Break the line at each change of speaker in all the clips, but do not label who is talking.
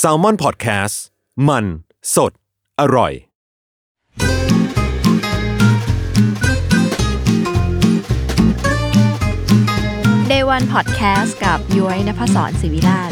s a l ม o n PODCAST มันสดอร่อย
Day One Podcast กับย้อยนภศรศิวิราช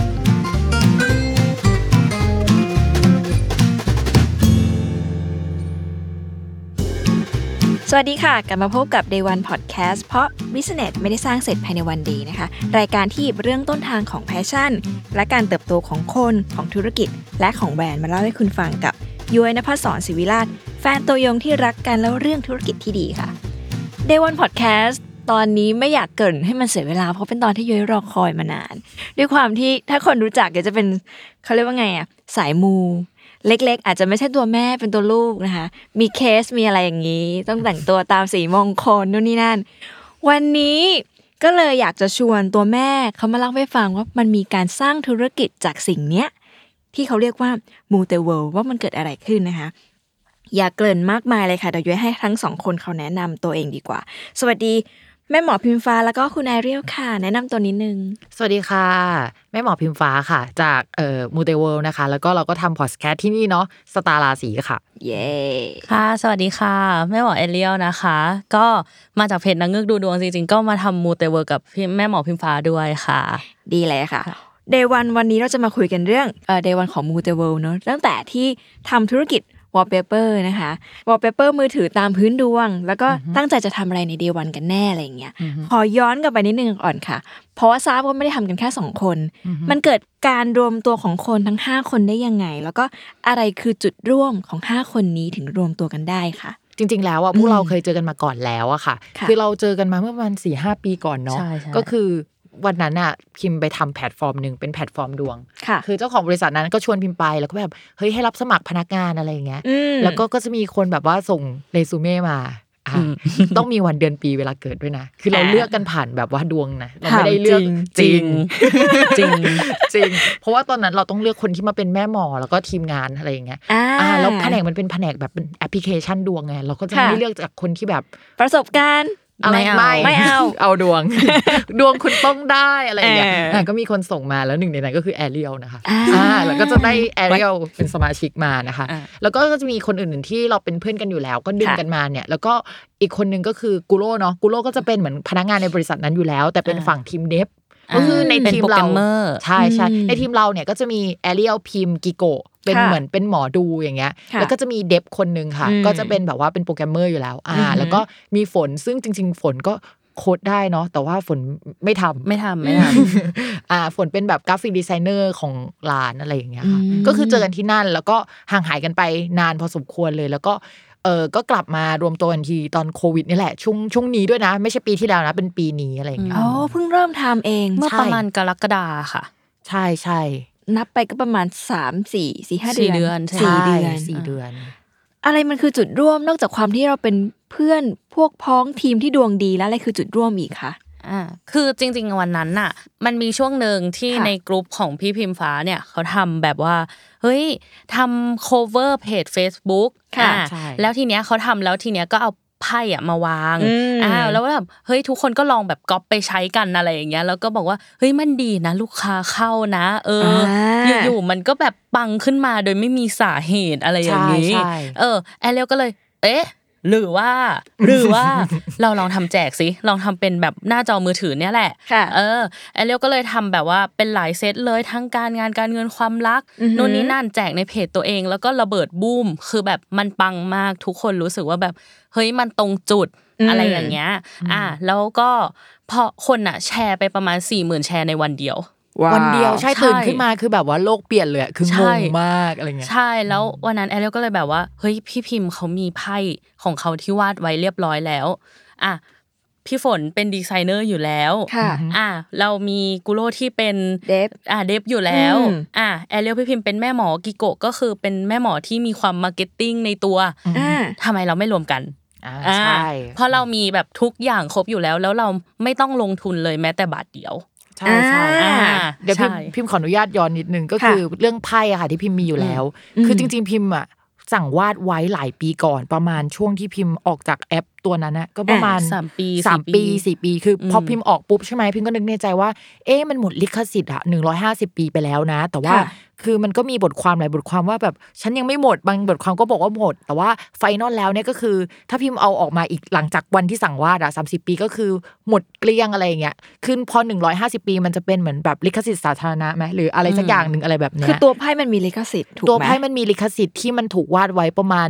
สวัสดีค่ะ กลับมาพบกับ Day One Podcast เพราะ Business ไม่ได้สร้างเสร็จภายในวันเดียวนะคะ รายการที่หยิบเรื่องต้นทางของแพชชั่น และการเติบโตของคนของธุรกิจ และของแบรนด์มาเล่าให้คุณฟังกับย้อยนภศรศิวิราช แฟนตัวยงที่รักกันแล้วเรื่องธุรกิจที่ดีค่ะ Day One Podcast ตอนนี้ไม่อยากเกรินให้มันเสียเวลา เพราะเป็นตอนที่ย้อยรอคอยมานาน ด้วยความที่ถ้าคนรู้จักก็จะเป็นเขาเรียกว่าไงอะสายมู เล็กๆ อาจจะไม่ใช่ตัวแม่เป็นตัวลูกนะคะ มีเคสมีอะไรอย่างนี้ ต้องแต่งตัวตามสีมงคลนู่นนี่นั่น วันนี้ก็เลยอยากจะชวนตัวแม่เขามาเล่าให้ฟังว่ามันมีการสร้างธุรกิจจากสิ่งเนี้ยที่เขาเรียกว่ามูเตเวิลว่ามันเกิดอะไรขึ้นนะคะ อย่าเกริ่นมากมายเลยค่ะเดี๋ยวย้อยให้ทั้งสองคนเขาแนะนำตัวเองดีกว่า สวัสดีแม่หมอพิมฟ้าแล้วก็คุณไอเรียลค่ะ แนะนำตัวนิดนึง
สวัสดีค่ะ แม่หมอพิมฟ้าค่ะ จากเอ่อมูเตเวิลนะคะ แล้วก็เราก็ทำพอดแคสต์ที่นี่เนาะสตาราสีค่ะ
เย้
ค่ะ สวัสดีค่ะ แม่หมอเอเลียวนะคะ ก็มาจากเพจนักเงือกดูดวงจริงๆ ก็มาทำมูเตเวิร์กับพี่แม่หมอพิมฟ้าด้วยค่ะ
ดีเลยค่ะ เดวันวันนี้เราจะมาคุยกันเรื่องเอ่อเดวันของมูเตเวิลเนอะตั้งแต่ที่ทำธุรกิจวอลเปเปอร์นะคะวอลเปเปอร์มือถือตามพื้นดวง แล้วก็ตั้งใจจะทำอะไรในเดวันกันแน่อะไรอย่างเงี้ยขอย้อนกลับไปนิดนึงก่อนค่ะ เพราะว่าทราบว่าไม่ได้ทำกันแค่สองคน มันเกิดการรวมตัวของคนทั้งห้าคนได้ยังไง แล้วก็อะไรคือจุดร่วมของห้าคนนี้ถึงรวมตัวกันได้ค่ะ
จริง ๆ แล้วอ่ะพวกเราเคยเจอกันมาก่อนแล้วอะค่ะ
ค่ะ
อเราเจอกันมาเมื่อประมาณสี่ห้าปีก่อนเนาะ
ใช่ใช่
ก็คือวันนั้นอะพิมไปทำแพลตฟอร์มหนึ่งเป็นแพลตฟอร์มดวง
ค่ะ
คือเจ้าของบริษัทนั้นก็ชวนพิมไปแล้วก็แบบเฮ้ยให้รับสมัครพนักงานอะไรอย่างเงี้ย
อืม
แล้วก็ก็จะมีคนแบบว่าส่งเรซูเม่มาอ่ะ
อืม
ต้องมีวันเดือนปีเวลาเกิดด้วยนะคือเรา
อ่า
เลือกกันผ่านแบบว่าดวงนะเราไม่ได้เลือก
จริงจริง
จริง เพราะว่าตอนนั้นเราต้องเลือกคนที่มาเป็นแม่หมอแล้วก็ทีมงานอะไรอย่างเงี้ย
อ่า
อ่า แล้วแผนกมันเป็นแผนกแบบเป็นแอปพลิเคชันดวงไง เราก็จะ
ค่ะ
ไม่เลือกจากคนที่แบบ
ประสบการณ์
ะร
ไม่เอา
ไม่เอา
เอาดวง ดวงคุณต้องได้อะไรอย่างเงี้ย
เอออ่
ะก็มีคนส่งมาแล้วหนึ่งในนั้นก็คือแอเรียลนะคะ
อ่า
อ่า แล้วก็จะได้แอเรียลเป็นสมาชิกมานะคะ
อ่า
แล้วก็จะมีคนอื่นๆที่เราเป็นเพื่อนกันอยู่แล้ว ก็ดึง
ค่ะ
กันมาเนี่ย แล้วก็อีกคนนึงก็คือกูโร่เนาะ กูโร่ก็จะเป็นเหมือนพนักงานในบริษัทนั้นอยู่แล้ว แต่เป็น
อ่า
ฝั่งทีมเดฟ ก็คือใน
เป็น
ทีม
โปรแกร
เรา
มเมอร์
ใช่ใช่
อืม
ในทีมเราเนี่ยก็จะมีแอเรียลพิมกิโกะเป็น
ค่ะ
เหมือนเป็นหมอดูอย่างเงี้ย
ค่ะ
แล้วก็จะมีเดฟคนหนึ่งค่ะ
อืม
ก็จะเป็นแบบว่าเป็นโปรแกรมเมอร์อยู่แล้วอ่า
อือหือ
แล้วก็มีฝนซึ่งจริง ๆ ฝนก็โค้ดได้เนาะแต่ว่าฝนไม่ทำ
ไม่ทำไม่ ท
อ่าฝนเป็นแบบกราฟิกดีไซเนอร์ของร้านอะไรอย่างเงี้ยค่ะ
อืม
ก็คือเจอกันที่นั่นแล้วก็ห่างหายกันไปนานพอสมควรเลยแล้วก็เออก็กลับมารวมตัวกันทีตอนโควิดนี่แหละช่วงช่วงนี้ด้วยนะ ไม่ใช่ปีที่แล้วนะเป็นปีนี้อะไรอย่างเงี้ย
โอ้เพิ่งเริ่มทำเอง
ำเมื่อ
ใช่
ประมาณกรกฎาค่ะ
ใช่ใช่
นับไปก็ประมาณ 3 4 4 5
สี่
เดือน
เดือนใช่
สี่เดือน
สี่เดือน
อะไรมันคือจุดร่วมนอกจากความที่เราเป็นเพื่อนพวกพ้องทีมที่ดวงดีแล้วอะไรคือจุดร่วมอีกคะ
อ่าคือจริงๆวันนั้นน่ะ มันมีช่วงหนึ่งที่
ค่ะ
ในกลุ่มของพี่พิมฟ้าเนี่ยเขาทำแบบว่า เฮ้ยทำ cover เพจ Facebook
ค่ะ
อ่า
ใช่
แล้วทีเนี้ยเขาทำแล้วทีเนี้ยก็เอาไพ่อะมาวาง
อืม
วแล้วแบบเฮ้ยทุกคนก็ลองแบบก๊อปไปใช้กันอะไรอย่างเงี้ยแล้วก็บอกว่าเฮ้ยมันดีนะลูกค้าเข้านะ เอออา อยู่ๆมันก็แบบปังขึ้นมาโดยไม่มีสาเหตุอะไรอย่างนี้
ใช่ใช่
เออแอลเลก็เลย เอ๊ะ หรือว่า หรือว่า เราลองทำแจกสิ ลองทำเป็นแบบหน้าจอมือถือเนี่ยแหละ
ค่ะ
เออ แอลเลก็เลยทำแบบว่าเป็นหลายเซตเลยทั้งการงานการเงินความรัก
อือหือ
นู่นนี่นั่นแจกในเพจตัวเอง แล้วก็ระเบิดบูมคือแบบมันปังมากทุกคนรู้สึกว่าแบบ เฮ้ยมันตรงจุดอะไรอย่างเงี้ย อ่ะแล้วก็พอคนอ่ะ แชร์ไปประมาณ4ี่หมื่นแชร์ในวันเดียว
วันเดียวใช่
ใช่
ตื่นขึ้นมาคือแบบว่าโลกเปลี่ยนเลยอะคือง
ใช่
งมากอะไรเงี้ย
ใช่แล้ววันนั้นแอลเลก็เลยแบบว่าเฮ้ยพี่พิมพ์เขามีไพ่ของเขาที่วาดไว้เรียบร้อยแล้วอ่ะพี่ฝนเป็นดีไซเนอร์อยู่แล้ว
ค่ะ
อ่ะเรามีกุโรที่เป็น
เดฟ
อ่ะเดฟอยู่แล้ว
อืม
อ่ะแอลเลพี่พิมพ์เป็นแม่หมอกิโกะก็คือเป็นแม่หมอที่มีความมาร์เก็ตติ้งในตัว
อืม
อ่า
ทำไมเราไม่รวมกัน
อ่า
อ่ะ
ใช่
เพราะเรามีแบบทุกอย่างครบอยู่แล้ว แล้วเราไม่ต้องลงทุนเลยแม้แต่บาทเดียว
ใช่ใช่
อ่า
อ่าเดี๋ยวพิม
ใช่
พิมขออนุญาตย้อนนิดนึงก็คือเรื่องไพ่อะค่ะที่พิมมีอยู่แล้ว
อืม
คือจริง ๆ พิมอะ สั่งวาดไว้หลายปีก่อน ประมาณช่วงที่พิมพ์ออกจากแอปตัวนั้นนะก็ประมาณ
อ่าสามปี
สามปี
สี่
สี่
ปี
ปี คืออ
ม
พอพิมพ์ออกปุ๊บใช่ไหมพิมพ์ก็นึกในใจว่า เอ๊ะมันหมดลิขสิทธิ์อะหนึ่งร้อยห้าสิบปีไปแล้วนะ แต่ว่า
ค่ะ
คือมันก็มีบทความหลายบทความว่าแบบฉันยังไม่หมดบางบทความก็บอกว่าหมด แต่ว่าไฟนอลแล้วเนี่ยก็คือ ถ้าพิมพ์เอาออกมาอีกหลังจากวันที่สั่งวาดอะสาปีก็คือหมดเกลี้ยงอะไรอย่างเงี้ยขึ้นพอ 150 ปีมันจะเป็นเหมือนแบบลิขสิทธิ์สาธารณะไหมหรืออะไรสักอย่างหนึ่งอะไรแบบเนี้ย
คือตัวไพ่มันมีลิขสิทธิ์ถูก
ตัว
ไหม
ไพ่มันมีลิขสิทธิ์ที่มันถูกวาดไว้ประมาณ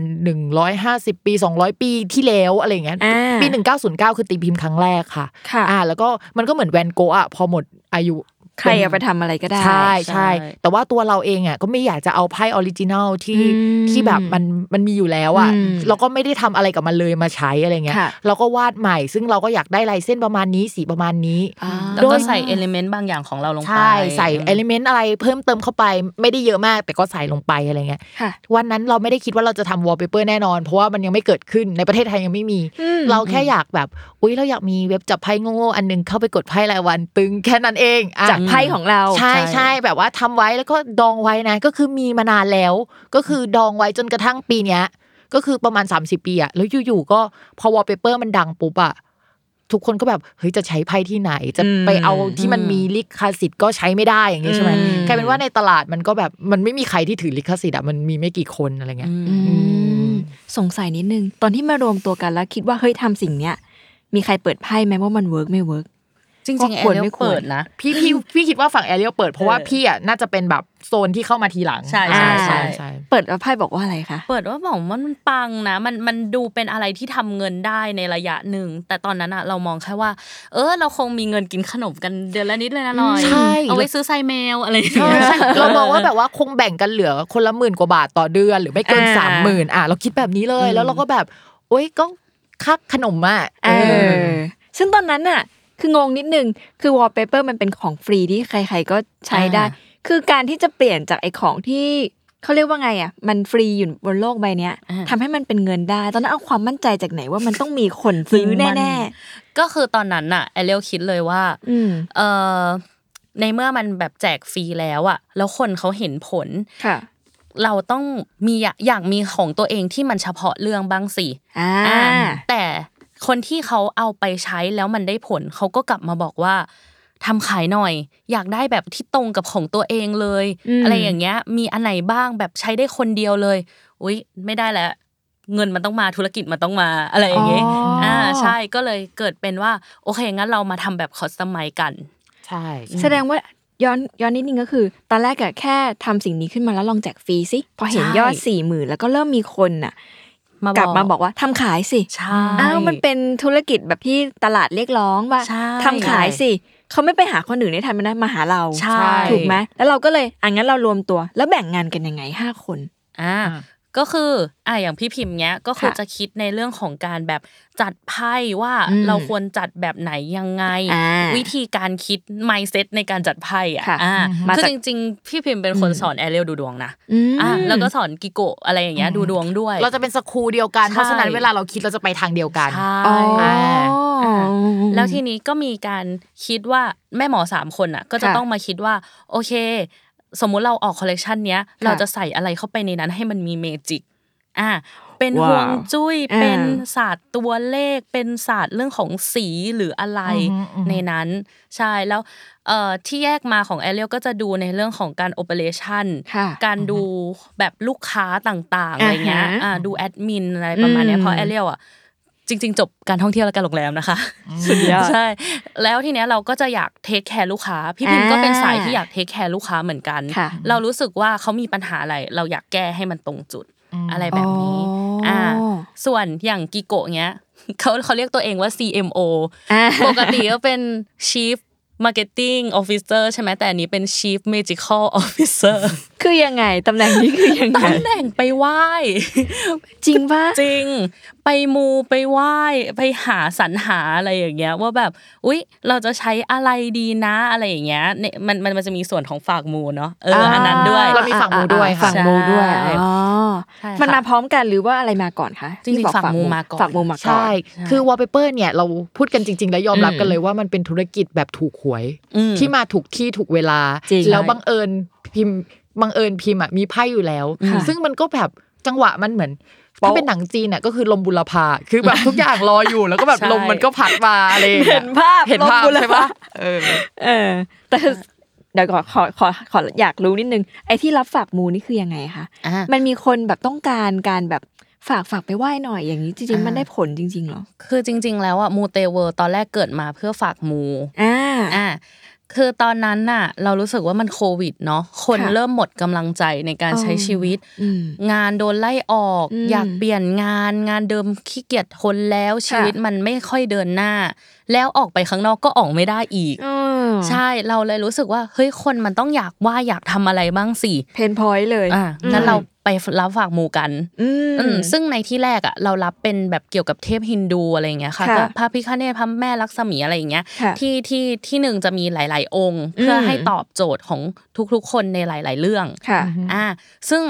150 ปี 200 ปีที่แล้วอะไรอย่างเงี้ย
อ่า
ปี 1909 คือตีพิมพ์ครั้งแรกค่ะ
ค่ะ
อ่า แล้วก็มันก็เหมือนแวนโกะอะพอหมดอายุ
ใครเอาไปทำอะไรก็ได้
ใช่
ใช่
ใช่ แต่ว่าตัวเราเองอ่ะก็ไม่อยากจะเอาไพ่ออริจินัลที่
อืม
ที่แบบมันมันมีอยู่แล้วอ่ะ
อืม
เราก็ไม่ได้ทำอะไรกับมันเลยมาใช้อะไรเงี้ย
ค่ะ
เราก็วาดใหม่ ซึ่งเราก็อยากได้ลายเส้นประมาณนี้สีประมาณนี้
อ่า
แล้วก็ใส่
โดย
เอลิเมนต์บางอย่างของเราลงไป
ใช่ใส่เอลิเมนต์อะไรเพิ่มเติมเข้าไปไม่ได้เยอะมาก แต่ก็ใส่ลงไปอะไรเงี้ย
ค่ะ
วันนั้นเราไม่ได้คิดว่าเราจะทำวอลเปเปอร์แน่นอน เพราะว่ามันยังไม่เกิดขึ้นในประเทศไทยยังไม่มี
อืม
เราแค่อยากแบบอุ๊ยเราอยากมีเว็บจับไพ่โง่ๆอันหนึงเข้าไปกดไพ่รายวันตึงแค่นั้นเองอ่ะ
จากไพ่ของเรา
ใช่ใช่แบบว่าทำไว้แล้วก็ดองไว้นะ ก็คือมีมานานแล้ว ก็คือดองไว้จนกระทั่งปีเนี้ย ก็คือประมาณ 30 ปีอะแล้วอยู่ๆก็พอวอลเปเปอร์มันดังปุ๊บอะทุกคนก็แบบเฮ้ยจะใช้ไพ่ที่ไหน จะ
อืม
ไปเอาที่มันมีลิขสิทธิ์ก็ใช้ไม่ได้อย่างงี้ใช่ไหม
อืม
กลายเป็นว่าในตลาดมันก็แบบมันไม่มีใครที่ถือลิขสิทธิ์อะมันมีไม่กี่คนอะไรเงี้ย
อืม
ม
สงสัยนิดนึง ตอนที่มารวมตัวกันแล้วคิดว่าเฮ้ยทำสิ่งเนี้ย มีใครเปิดไพ่ไหมว่ามันเวิร์กไม่เวิร์ก
จริงๆ
ว่า
แอ
ควร
เรีย
ไม่
ล
ควร
เปิดนะ
พี่พี่พี่คิดว่าฝั่งแอรียลเปิดเพราะว่าพี่อะน่าจะเป็นแบบโซนที่เข้ามาทีหลัง
ใช่ใช่ใช่
ใช่
เปิดแล้วไพ่บอกว่าอะไรคะ
เปิดว่าบอกว่ามันปังนะ มันมันดูเป็นอะไรที่ทำเงินได้ในระยะหนึ่ง แต่ตอนนั้นอะเรามองแค่ว่า เออ เราคงมีเงินกินขนมกันเดือนละนิดเลยนะหน่อย
ใช่
เอาไว้ซื้อไซเมลอะไรอย่าง
ใช่
เงี้ย
ใช่เรามองว่าแบบว่าคงแบ่งกันเหลือคนละหมื่นกว่าบาทต่อเดือนหรือไม่เกิน
อ่า
สามหมื่นอ่ะเราคิดแบบนี้เลย
อืม
แล้วเราก็แบบ โอ๊ยก็ค่าขนมอ่ะ
เออ ซึ่งตอนนั้นน่ะ คืองงนิดนึง คือวอลเปเปอร์มันเป็นของฟรีที่ใคร ๆ ก็ใช้ได้
อ่า
คือการที่จะเปลี่ยนจากไอ้ของที่เขาเรียกว่าไงอ่ะ มันฟรีอยู่บนโลกใบเนี้ยทำให้มันเป็นเงินได้ ตอนนั้นเอาความมั่นใจจากไหนว่ามันต้องมีคนซื้อแน่
ก็คือตอนนั้นอะแอเรียลคิดเลยว่า
ๆ อืม
เออในเมื่อมันแบบแจกฟรีแล้วอะแล้วคนเขาเห็นผล
ค่ะ
เราต้องมีอะอยากมีของตัวเองที่มันเฉพาะเรื่องบ้างสิ
อ่า
อ่าแต่คนที่เขาเอาไปใช้แล้วมันได้ผล เขาก็กลับมาบอกว่าทำขายหน่อย อยากได้แบบที่ตรงกับของตัวเองเลย
อืม
อะไรอย่างเงี้ย มีอันไหนบ้างแบบใช้ได้คนเดียวเลย อุ๊ย ไม่ได้แล้วเงินมันต้องมาธุรกิจมันต้องมาอะไรอย่างเงี้ยอ่าใช่ก็เลยเกิดเป็นว่า โอเคงั้นเรามาทำแบบคอสตอมไมกัน
ใช่
แสดงว่าย้อนย้อนนิดนึงก็คือ ตอนแรกอะแค่ทำสิ่งนี้ขึ้นมาแล้วลองแจกฟรีสิพอเห็น
ใช่
ยอดสี่หมื่นแล้วก็เริ่มมีคนน่ะ
มาก ก
ลับมาบอกว่าทำขายสิ
ใช่
อ้าวมันเป็นธุรกิจแบบที่ตลาดเรียกร้องว่า
ใช่
ทำขายสิเขาไม่ไปหาคนอื่นได้ทำมันได้มาหาเรา
ใช่
ถูกไหมแล้วเราก็เลยอ่ะงั้นเรารวมตัว แล้วแบ่งงานกันยังไงห้าคน
อ่า
อ่ะ
ก็คืออ่ะอย่างพี่พิมพ์เนี้ยก็คือ
ค่ะ
จะคิดในเรื่องของการแบบจัดไพ่ว่า
อืม
เราควรจัดแบบไหนยังไง
อ่า
วิธีการคิด mindset ในการจัดไพ่อ่ะ
ค่ะ
อ่า
มา
คือ
จาก
จริงๆ พี่พิมพ์เป็นคนสอนแอเรียลดูดวงนะ
อืม
อ่ะแล้วก็สอนกิโกะอะไรอย่างเงี้ย
อืม
ดูดวงด้วย
เราจะเป็นสครูเดียวกัน
ใช่
เพราะฉะนั้นเวลาเราคิดเราจะไปทางเดียวกัน
ใช่
อ๋ออา อ่า
แล้วทีนี้ก็มีการคิดว่าแม่หมอสามคนอ่ะ ก็จะ
ค่ะ
ต้องมาคิดว่า โอเค สมมุติเราออกคอลเลกชันเนี้ย เราจะใส่อะไรเข้าไปในนั้นให้มันมีเมจิกอ่ะเป็น
ว้าว
ห่วงจุ้ย
อ่า
เป็นศาสตร์ตัวเลข เป็นศาสตร์เรื่องของสีหรืออะไร
อือหืออือหือ
ในนั้นใช่แล้วเอ่อที่แยกมาของแอเรียลก็จะดูในเรื่องของการโอเปอเรชัน
ค่ะ
การดูแบบลูกค้าต่างๆอะไรเงี้ย
อ่าฮะ
อ่าดูแอดมินอะไรประมาณเนี้
อื
ย
ม
เพราะแอเรียลอ่ะจริง ๆ จบการท่องเที่ยวและการโรงแรมนะคะ
สุดยอด
ใช่แล้วทีเนี้ยเราก็จะอยากเทคแคร์ลูกค้า พี่พิมก็เป็นสาย
อ่า
ที่อยากเทคแคร์ลูกค้าเหมือนกัน
ค่ะ
เรารู้สึกว่าเขามีปัญหาอะไร เราอยากแก้ให้มันตรงจุด
ม
อะไรแบบนี้
อ๋ออ่า
ส่วนอย่างกิโกะเงี้ย เขาเขาเรียกตัวเองว่า CMO
อ่า
ปกติก็เป็น Chief Marketing Officer ใช่ไหมแต่อันนี้เป็น Chief Magical Officer
คือยังไงตำแหน่งนี้คือยังไง
ตำแหน่งไปไหว้
จริงปะ
จริง ไปมูไปไหว้ไปหาสรรหาอะไรอย่างเงี้ย ว่าแบบอุ๊ยเราจะใช้อะไรดีนะอะไรอย่างเงี้ยเนี่ยมันมันมันจะมีส่วนของฝากมูเนาะเอออันนั้นด้วย
เรามีฝั่งมูด้วยค่ะ
ฝั่งมูด้วย
ใช่
อ๋อ
ใช่ค่ะ
มันมาพร้อมกันหรือว่าอะไรมาก่อนคะ
จริงๆ
ที่บอก
ฝั่งมูมาก่อน
ฝั่งมูมาก่อน
ใช่ คือวอลเปเปอร์เนี่ยเราพูดกันจริง ๆ แล้วยอมรับกันเลยว่ามันเป็นธุรกิจแบบถูกหวย
อืม
ที่มาถูกที่ถูกเวลา
จริง
แล้วบังเอิญพิมพ์บังเอิญพิมพ์อะมีไพ่อยู่แล้ว
ค่ะ
ซึ่งมันก็แบบ จังหวะมันเหมือนถ้าเป็นหนังจีนน่ะก็คือลมบุรพาคือแบบทุกอย่างรออยู่แล้วก็แบบ
ใช่
ลมมันก็พัดมาอะไรอย่าง
เห็
เงี้ย
นภาพ
เห็นภา
ล
พ
มบุรพา
ใช่ปะเออ
เออ แต่เดี๋ยวขอขอขอขออยากรู้นิดนึงไอ้ที่รับฝากมูนี่คือยังไงคะ
อ่ะ
มันมีคนแบบต้องการการแบบฝากฝากไปไหว้หน่อยอย่างนี้จริงๆ
อ่ามั
มันได้ผลจริงๆเหรอ
คือจริง ๆ แล้วอะมูเตเวอร์ตอนแรกเกิดมาเพื่อฝากมู
อ่า
อ่ะคือตอนนั้นน่ะ เรารู้สึกว่ามันโควิดเนาะคน
ค่ะ
เริ่มหมดกำลังใจในการใช้ชีวิต
อืม
งานโดนไล่ออก
อืม
อยากเปลี่ยนงานงานเดิมขี้เกียจทนแล้วชีวิตมันไม่ค่อยเดินหน้า แล้วออกไปข้างนอกก็ออกไม่ได้อีก ใช่เราเลยรู้สึกว่าเฮ้ยคนมันต้องอยากว่าอยากทำอะไรบ้างสิ
เพนพอยต์เลย
อ่ะงั้นเราไปรับฝากหมูกัน
อืม
อืมซึ่งในที่แรกอ่ะเรารับเป็นแบบเกี่ยวกับเทพฮินดูอะไรอย่างเงี้ยค่ะ
ค่ะ
ก็พระพิฆเนศพระแม่ลักษมีอะไรอย่างเงี้ย
ค่ะ
ที่ที่ที่หนึ่งจะมีหลาย ๆ องค์ เพื่ออ
ม
ให้ตอบโจทย์ของทุกๆ คนในหลาย ๆ เรื่อง
ค่ะ
อ่าซึ่ง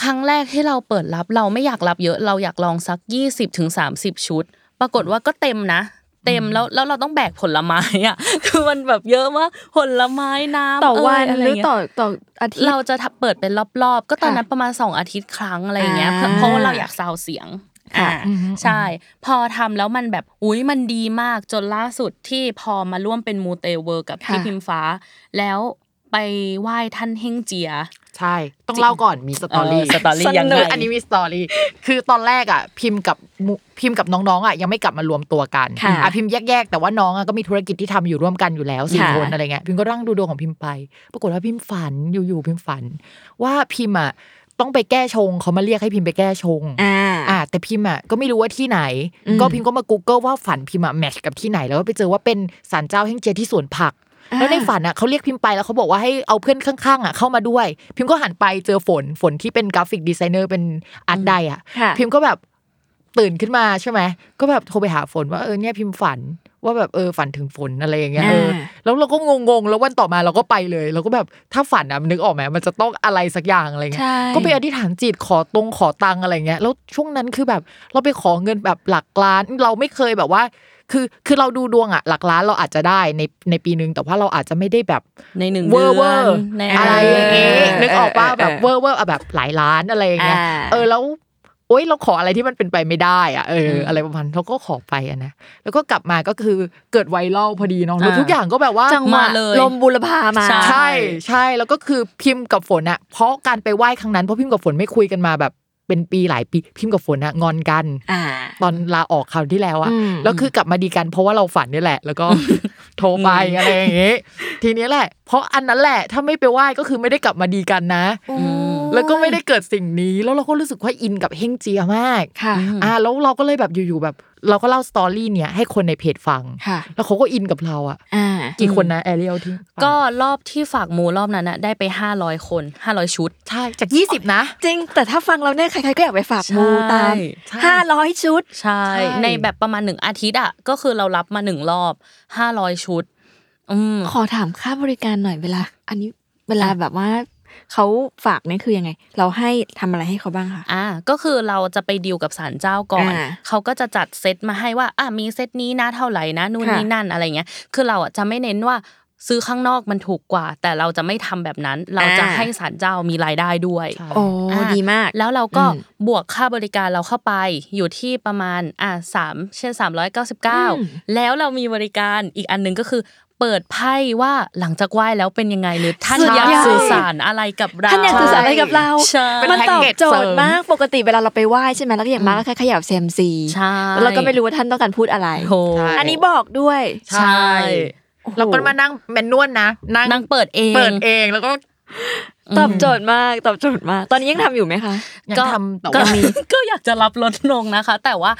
ครั้งแรกที่เราเปิดรับเราไม่อยากรับเยอะเราอยากลองสัก 20-30ถึง30 ชุด ปรากฏว่าก็เต็มนะ เต็มแล้วแล้วเราต้องแบกผลไม้อ่ะ คือมันแบบเยอะมากผลไม้น้ำ
ต่อวันห
เยะไย่าง
รือ
เงี้ย
ต่อต่ออาทิตย์
เราจะทำเปิดเป็นรอบๆ ก็ตอนนั้นประมาณ 2 อาทิตย์ครั้งอะไรอย่างเงี้ย เพ
อ่า
ราะเพราะว่าเราอยากซาวเสียงอ่า
ค่ะ
อือฮึ
ใช่ พอทำแล้วมันแบบอุ้ยมันดีมากจนล่าสุดที่พอมาร่วมเป็นมูเตเวอร์กับพี่พิมฟ้า แล้วไปไหว้ท่านเฮงเจีย
ใช่ต้องเล่าก่อนมีสตอรี่
เออสตอรี่ยังไง
เอันนี้มีสตอรี่คือตอนแรกอ่ะพิมพ์กับมุพิมพ์กับน้องๆอ่ะยังไม่กลับมารวมตัวกัน
ค่ะ
อ่ะพิมพ์แยกๆ แต่ว่าน้องอ่ะก็มีธุรกิจที่ทำอยู่ร่วมกันอยู่แล้วสี่
ค่ะ
คนอะไรเงี้ยพิมพ์ก็ร่างดูดวงของพิมพ์ไป ปรากฏว่าพิมพ์ฝันอยู่ๆพิมพ์ฝัน ว่าพิมพ์อ่ะต้องไปแก้ชงเขามาเรียกให้พิมพ์ไปแก้ชง อ่ะแต่พิมพ์อ่ะก็ไม่รู้ว่าที่ไหน
อืม
ก็พิมพ์ก็มา Google ว่าฝันพิมพ์อ่ะแมทช์กับที่ไหนแล้วก็ไปเจอว่าเป็นศาลเจ้าแห่งเจยที่สวนผัก
อ่า
แล้วในฝันอ่ะเขาเรียกพิมพ์ไปแล้วเขาบอกว่าให้เอาเพื่อนข้างๆอ่ะเข้ามาด้วย พิมพ์ก็หันไปเจอฝนฝนที่เป็นกราฟิกดีไซเนอร์เป็นอาร์ตไดอ่ะ
ค่ะ
พิมพ์ก็แบบตื่นขึ้นมาใช่ไหมก็แบบโทรไปหาฝนว่าเออเนี่ยพิมพ์ฝันว่าแบบเออฝันถึงฝนอะไรอย่างเงี้ยเออ
อ่า
แล้วเราก็งงๆ แล้ววันต่อมาเราก็ไปเลยเราก็แบบถ้าฝันอ่ะนึกออกไหมมันจะต้องอะไรสักอย่างอะไรเงี้ย
ใช่
ก็ไปอธิษฐานจิตขอตรงขอตังอะไรเงี้ยแล้วช่วงนั้นคือแบบเราไปขอเงินแบบหลักล้าน เราไม่เคยแบบว่า คือคือเราดูดวงอะหลักล้านเราอาจจะได้ในในปีนึง แต่ว่าเราอาจจะไม่ได้แบบ
ในหนึ่ง
เวอ
เดื
ร์เวอ
อน
ร์
ใน
อะไรอย่างเงี้ย
เออเออ
นึกออกป่ะ
เออเออ
แบบเวอร์เวอร์อะแบบหลายล้านอะไรอย่างเงี้ย
อ่า
เออแล้วโอ๊ยเราขออะไรที่มันเป็นไปไม่ได้อะเอออะไรประมาณนั้นเราก็ขอไปอะนะแล้วก็กลับมาก็คือเกิดไวรัลพอดีเนาะแล้วทุกอย่างก็แบบว่า
จังหวะ
าเลย
ลมบุรพามา
ใช่
ใช่ใช่แล้วก็คือพิมพ์กับฝนอะเพราะการไปไหว้ครั้งนั้นเพราะพิมพ์กับฝนไม่คุยกันมาแบบเป็นปีหลายปีพิมพ์กับฝนอะงอนกัน
อ่า
ตอนลาออกคราวที่แล้วอะ
อืม
แล้วคือกลับมาดีกันเพราะว่าเราฝันนี่แหละ แล้วก็ โทรไปอะไรอย่างงี้ทีนี้แหละ เพราะอันนั้นแหละถ้าไม่ไปไหว้ก็คือไม่ได้กลับมาดีกันนะ แล้วก็ไม่ได้เกิดสิ่งนี้แล้วเราก็รู้สึกว่าอินกับเฮงเจียมาก
ค่ะ
อ่าแล้วเราก็เลยแบบอยู่ๆแบบ เราก็เล่าสตอรี่เนี่ยให้คนในเพจฟัง
ค่ะ
แล้วเขาก็อินกับเราอะ
อ่า
กี่คนนะแอเรียลที่
ก็รอบที่ฝากหมูรอบนั้นน่ะได้ไป 500 คน 500 ชุด
ใช่จากยี่สิบนะ
จริง แต่ถ้าฟังเราเนี่ยใครๆก็อยากไปฝากมูตาม
ใช่
ห้าร้อยชุด
ใช่
ใช่
ในแบบประมาณหนึ่งอาทิตย์อ่ะก็คือเรารับมาหนึ่งรอบ 500 ชุด อืม
ขอถามค่าบริการหน่อยเวลา อันนี้เวลาแบบว่าเขาฝากนี่คือยังไง เราให้ทำอะไรให้เขาบ้างคะ
อ่าก็คือเราจะไปดีลกับศาลเจ้าก่อน
อ่า
เขาก็จะจัดเซตมาให้ว่าอ่ามีเซตนี้นะเท่าไหร่นะนู่น
ค่ะ
นี่นั่นอะไรเงี้ย คือเราอ่ะจะไม่เน้นว่าซื้อข้างนอกมันถูกกว่า แต่เราจะไม่ทำแบบนั้น เราจะ
อ่า
ให้ศาลเจ้ามีรายได้ด้วย
โอ้
อ่า
ดีมาก
แล้วเราก็
อืม
บวกค่าบริการเราเข้าไปอยู่ที่ประมาณอ่าสามเช่นสามร้อยเก้าสิบเก้าม แล้วเรามีบริการอีกอันหนึงก็คือ เปิดไพ่ว่าหลังจากไหว้แล้วเป็นยังไงหรือท่าน
สุด
อยาก
ยอด
สื่อสารอะไรกับเรา
ท่านอยากสื่อสารอะไรกับเรา
ใช่
มันตอบโจทย์
เป็นแพ็กเกจเสริม
มาก ปกติเวลาเราไปไหว้ใช่ไหมแล้วก็อย่างมากก็แค่เขยับเซมซี
ใช่
แล้วเราก็ไม่รู้ว่าท่านต้องการพูดอะไร
โห
อันนี้บอกด้วย
ใช่
โอ้โห
เราก็มานั่งแมนนวลนะนั่ง
นางเปิดเอง
เปิดเองแล้วก็
ตอบโจทย์มาก ตอบโจทย์มาก ตอนนี้ยังทำอยู่ไหมคะ
ยัง
ก็
ทำแต่
ก็
ว่ามี
ก็อยากจะรับลดลงนะคะ แต่ว่า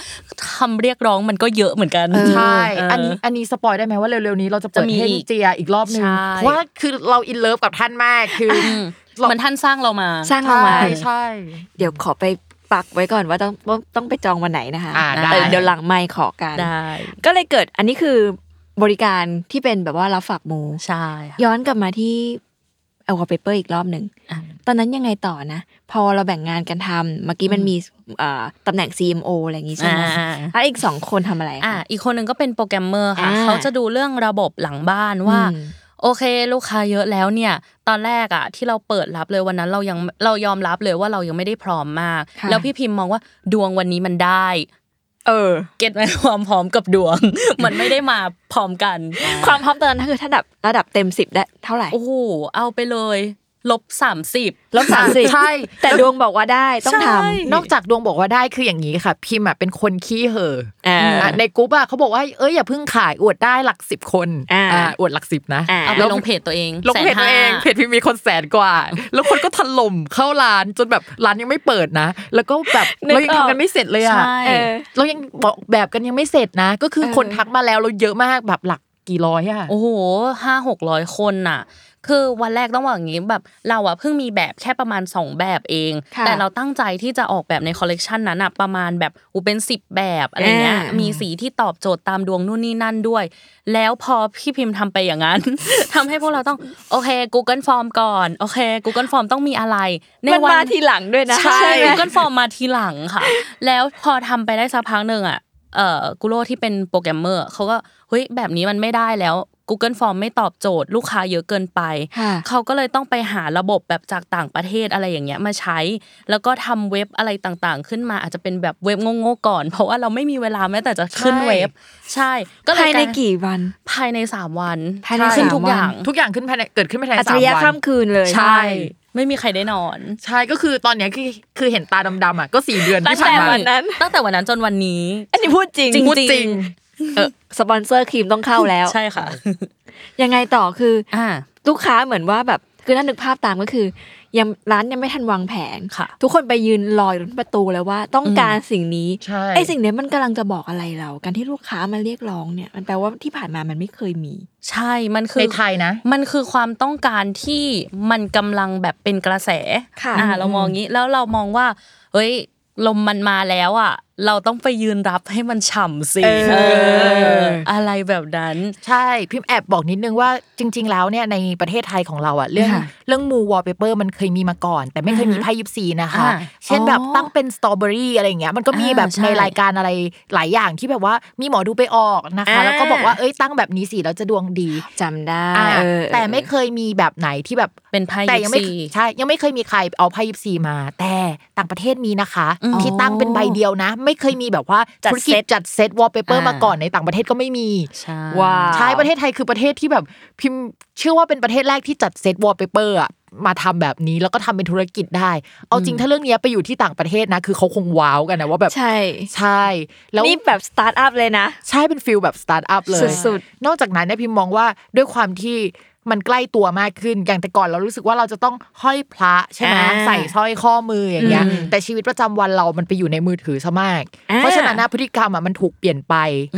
คำเรียกร้องมันก็เยอะเหมือนกัน
เออ
ใช่
เอออั
อันนี้อันนี้สปอยได้ไหมว่าเร็วๆนี้เราจะเปิด
จะมี
เฮงเจียอีกรอบหนึง
ใช่
เพราะว่าคือเราอินเลิฟกับท่านมากคืออ
อืมเหมือนท่านสร้างเรามา
สร้างเรา
ใช่
มา
ใช่
เดี๋ยวขอไปปักไว้ก่อนว่าต้องต้องต้องไปจองวันไหนนะคะ
อ่าได้
แต่เดี๋ยวหลังไม่ขอกัน
ได้
ก็เลยเกิดอันนี้คือบริการที่เป็นแบบว่ารับฝากหมู
ใช่ค่ะ
ย้อนกลับมาที่เอาวอลเปเปอร์อีกรอบหนึ่ง
อ่ะ
ตอนนั้นยังไงต่อนะ พอเราแบ่งงานกันทำเมื่อกี้มันมีเอ่อตำแหน่ง CMO อะไรอย่างงี้ใช่ไหม
อ่า
แล้วอีกสองคนทำอะไร
อ่ะ
คะ
อีกคนหนึ่งก็เป็นโปรแกรมเมอร์ค่ะ
อ่า
เขาจะดูเรื่องระบบหลังบ้านว่า
อืม
โอเค ลูกค้าเยอะแล้วเนี่ย ตอนแรกอะที่เราเปิดรับเลยวันนั้นเรายังเรายอมรับเลยว่าเรายังไม่ได้พร้อมมาก
ค่ะ
แล้วพี่พิมพ์มองว่าดวงวันนี้มันได้
เออ
เก็ตไหมความพร้อมกับดวง มันไม่ได้มาพร้อมกัน
ความพร้อมตอนนั้นคือถ้าดับระดับเต็มสิบได้เท่าไหร่
โอ้โหเอาไปเลยลบสามสิบ
ลบสามสิบ
ใช่
แต่ดวงบอกว่าได้ต้องท
ใช่
นอกจากดวงบอกว่าได้คืออย่างนี้ค่ะ พิมพ์อะเป็นคนขี้เห่อ
ำอ่า
อ่ะในกรุ๊ปอะเขาบอกว่าเอ้ยอย่าเพิ่งขายอวดได้หลักสิบคน
อ่า
อ่าอวดหลักสิบนะ
อ่า
เอาไปลงเพจตัวเอง
ลงเพจตัวเอง
150,000
เพจพิมพ์มีคนแสนกว่า แล้วคนก็ถล่มเข้าร้านจนแบบร้านยังไม่เปิดนะ แล้วก็แบบ
นึก
เรายัง
ออก
ทำกันไม่เสร็จเลยอะ
ใช่
เออ
เรายังบอกแบบกันยังไม่เสร็จนะ ก็คือ
เออ
คนทักมาแล้วเราเยอะมากแบบหลักกี่ร้อยอะ
โอ้โหห้าหกร้อยคนน่ะ คือวันแรกต้องบอกอย่างนี้แบบเราอะเพิ่งมีแบบแค่ประมาณ 2 แบบเอง
ค่ะ
แต่เราตั้งใจที่จะออกแบบในคอลเลกชันนั้นอะประมาณแบบอูเป็น 10 แบบอะไรเงี้ย
อ่ามี
มีสีที่ตอบโจทย์ตามดวงนู่นนี่นั่นด้วย แล้วพอพี่พิมพ์ทำไปอย่างนั้น ทำให้พวกเราต้องโอเค Google Form ก่อน โอเค Google Form ต้องมีอะไร ใน
มัน
วั
มาทีหลังด้วยนะ
ใช่
ไหม
กูเกิลฟอร์มมาทีหลังค่ะ แล้วพอทำไปได้สักพักหนึ่งอ่ะเอ่อกูโรที่เป็นโปรแกรมเมอร์เขาก็เฮ้ยแบบนี้มันไม่ได้แล้ว Google Form ไม่ตอบโจทย์ ลูกค้าเยอะเกินไป
ค่ะ
เขาก็เลยต้องไปหาระบบแบบจากต่างประเทศอะไรอย่างเงี้ยมาใช้ แล้วก็ทำเว็บอะไรต่างๆ ขึ้นมาอาจจะเป็นแบบเว็บโง่ๆก่อน เพราะว่าเราไม่มีเวลาแม้แต่จะขึ้น
ใช่
เว็บ ใช่ ก็เลย
ภายใน
ล
กี่วัน
ภายในสามวัน
ภายใน
ขึ้
สา
น
ม
ทุก
วัน
อย่าง
ทุกอย่างขึ้นภายในเกิดขึ้นภายใน
อัจฉ
สาม
ริยะ
วัน
ข้ามคืนเลย
ใช่
ไม่มีใครได้นอน
ใช่ก็คือตอนเนี้ยคือคือเห็นตาดำๆอ่ะก็สี่เดือน
ตั้
ที่
ง
ผ่าน
แต่
มา
วัน
นั้
นั้น
น
ตั้งแต่วันนั้นจนวันนี้
อันนี้พูดจริง
จริง
พูดจริง
เออสปอนเซอร์ครีมต้องเข้าแล้ว
ใช่ค่ะ
ยังไงต่อคือ
อ่า
ลูกค้าเหมือนว่าแบบคือนั่นนึกภาพตามก็คือ ยังร้านยังไม่ทันวางแผน
ค่ะ
ทุกคนไปยืนรออยู่ที่ประตูแล้วว่าต้องการสิ่งนี้
ใช่
ไอ้สิ่งเนี้ยมันกำลังจะบอกอะไรเรา การที่ลูกค้ามาเรียกร้องเนี่ยมันแปลว่าที่ผ่านมามันไม่เคยมี
ใช่มันคื
ใน
อ
ไทยนะ
มันคือความต้องการที่มันกำลังแบบเป็นกระแส
ค่ะ
อ่าเรามองงี้แล้วเรามองว่าเฮ้ยลมมันมาแล้วอ่ะ เราต้องไปยืนรับให้มันฉ่ำสิ
เออ
เออ อะไรแบบนั้น
ใช่พิมพ์แอบบอกนิดนึงว่าจริง ๆ แล้วเนี่ยในประเทศไทยของเราอ่ะเรื่อง
ค่ะ
เรื่องมูวอลเปเปอร์มันเคยมีมาก่อน แต่ไม่เคยมีไพ่ยิปซีนะคะ
อ่า
เช่นแบบ
อ๋อ
ตั้งเป็นสตรอเบอรี่อะไรอย่างเงี้ยมันก็มีแบบ
อ่าใช่
ในรายการอะไรหลายอย่างที่แบบว่ามีหมอดูไปออกนะคะ
อ่า
แล้วก็บอกว่าเอ้ยตั้งแบบนี้สิแล้วจะดวงดี
จำได้
อ่า
เออ
แต่ไม่เคยมีแบบไหนที่แบบ
เป็นไพ่
แต่ยังไม่
ยิปซี
ใช่ยังไม่เคยมีใครเอาไพ่ยิปซีมา แต่ต่างประเทศมีนะคะ
อืม
ที่ตั้งเป็นใบเดียวนะ ไม่เคยมีแบบว่า
จัด
ธุรกิจ
เซต
จัดเซตวอลเปเปอร์
อ่าม
มาก่อนในต่างประเทศก็ไม่มี
ใช่
ว้าว
ใช่ประเทศไทยคือประเทศที่แบบพิมพ์เชื่อว่าเป็นประเทศแรกที่จัดเซตวอลเปเปอร์อะมาทำแบบนี้แล้วก็ทำเป็นธุรกิจได้ เอาจริงถ้าเรื่องเนี้ยไปอยู่ที่ต่างประเทศนะ คือเขาคงว้าวกันนะว่าแบบ
ใช่
ใช่แล้ว
นี่แบบสตาร์ทอัพเลยนะ
ใช่เป็นฟิลแบบสตาร์ทอัพเลย
สุด
นอกจากนั้นเนี่ยพิมมองว่าด้วยความที่มันใกล้ตัวมากขึ้นอย่างแต่ก่อนเรารู้สึกว่าเราจะต้องห้อยพระใช่ไหม
อ่า
ใส่สร้อยข้อมืออย่างเงี้ย
อืม
แต่ชีวิตประจำวันเรามันไปอยู่ในมือถือซะมาก
อ่า
เพราะฉะนั้นนะพฤติกรรมอะมันถูกเปลี่ยนไป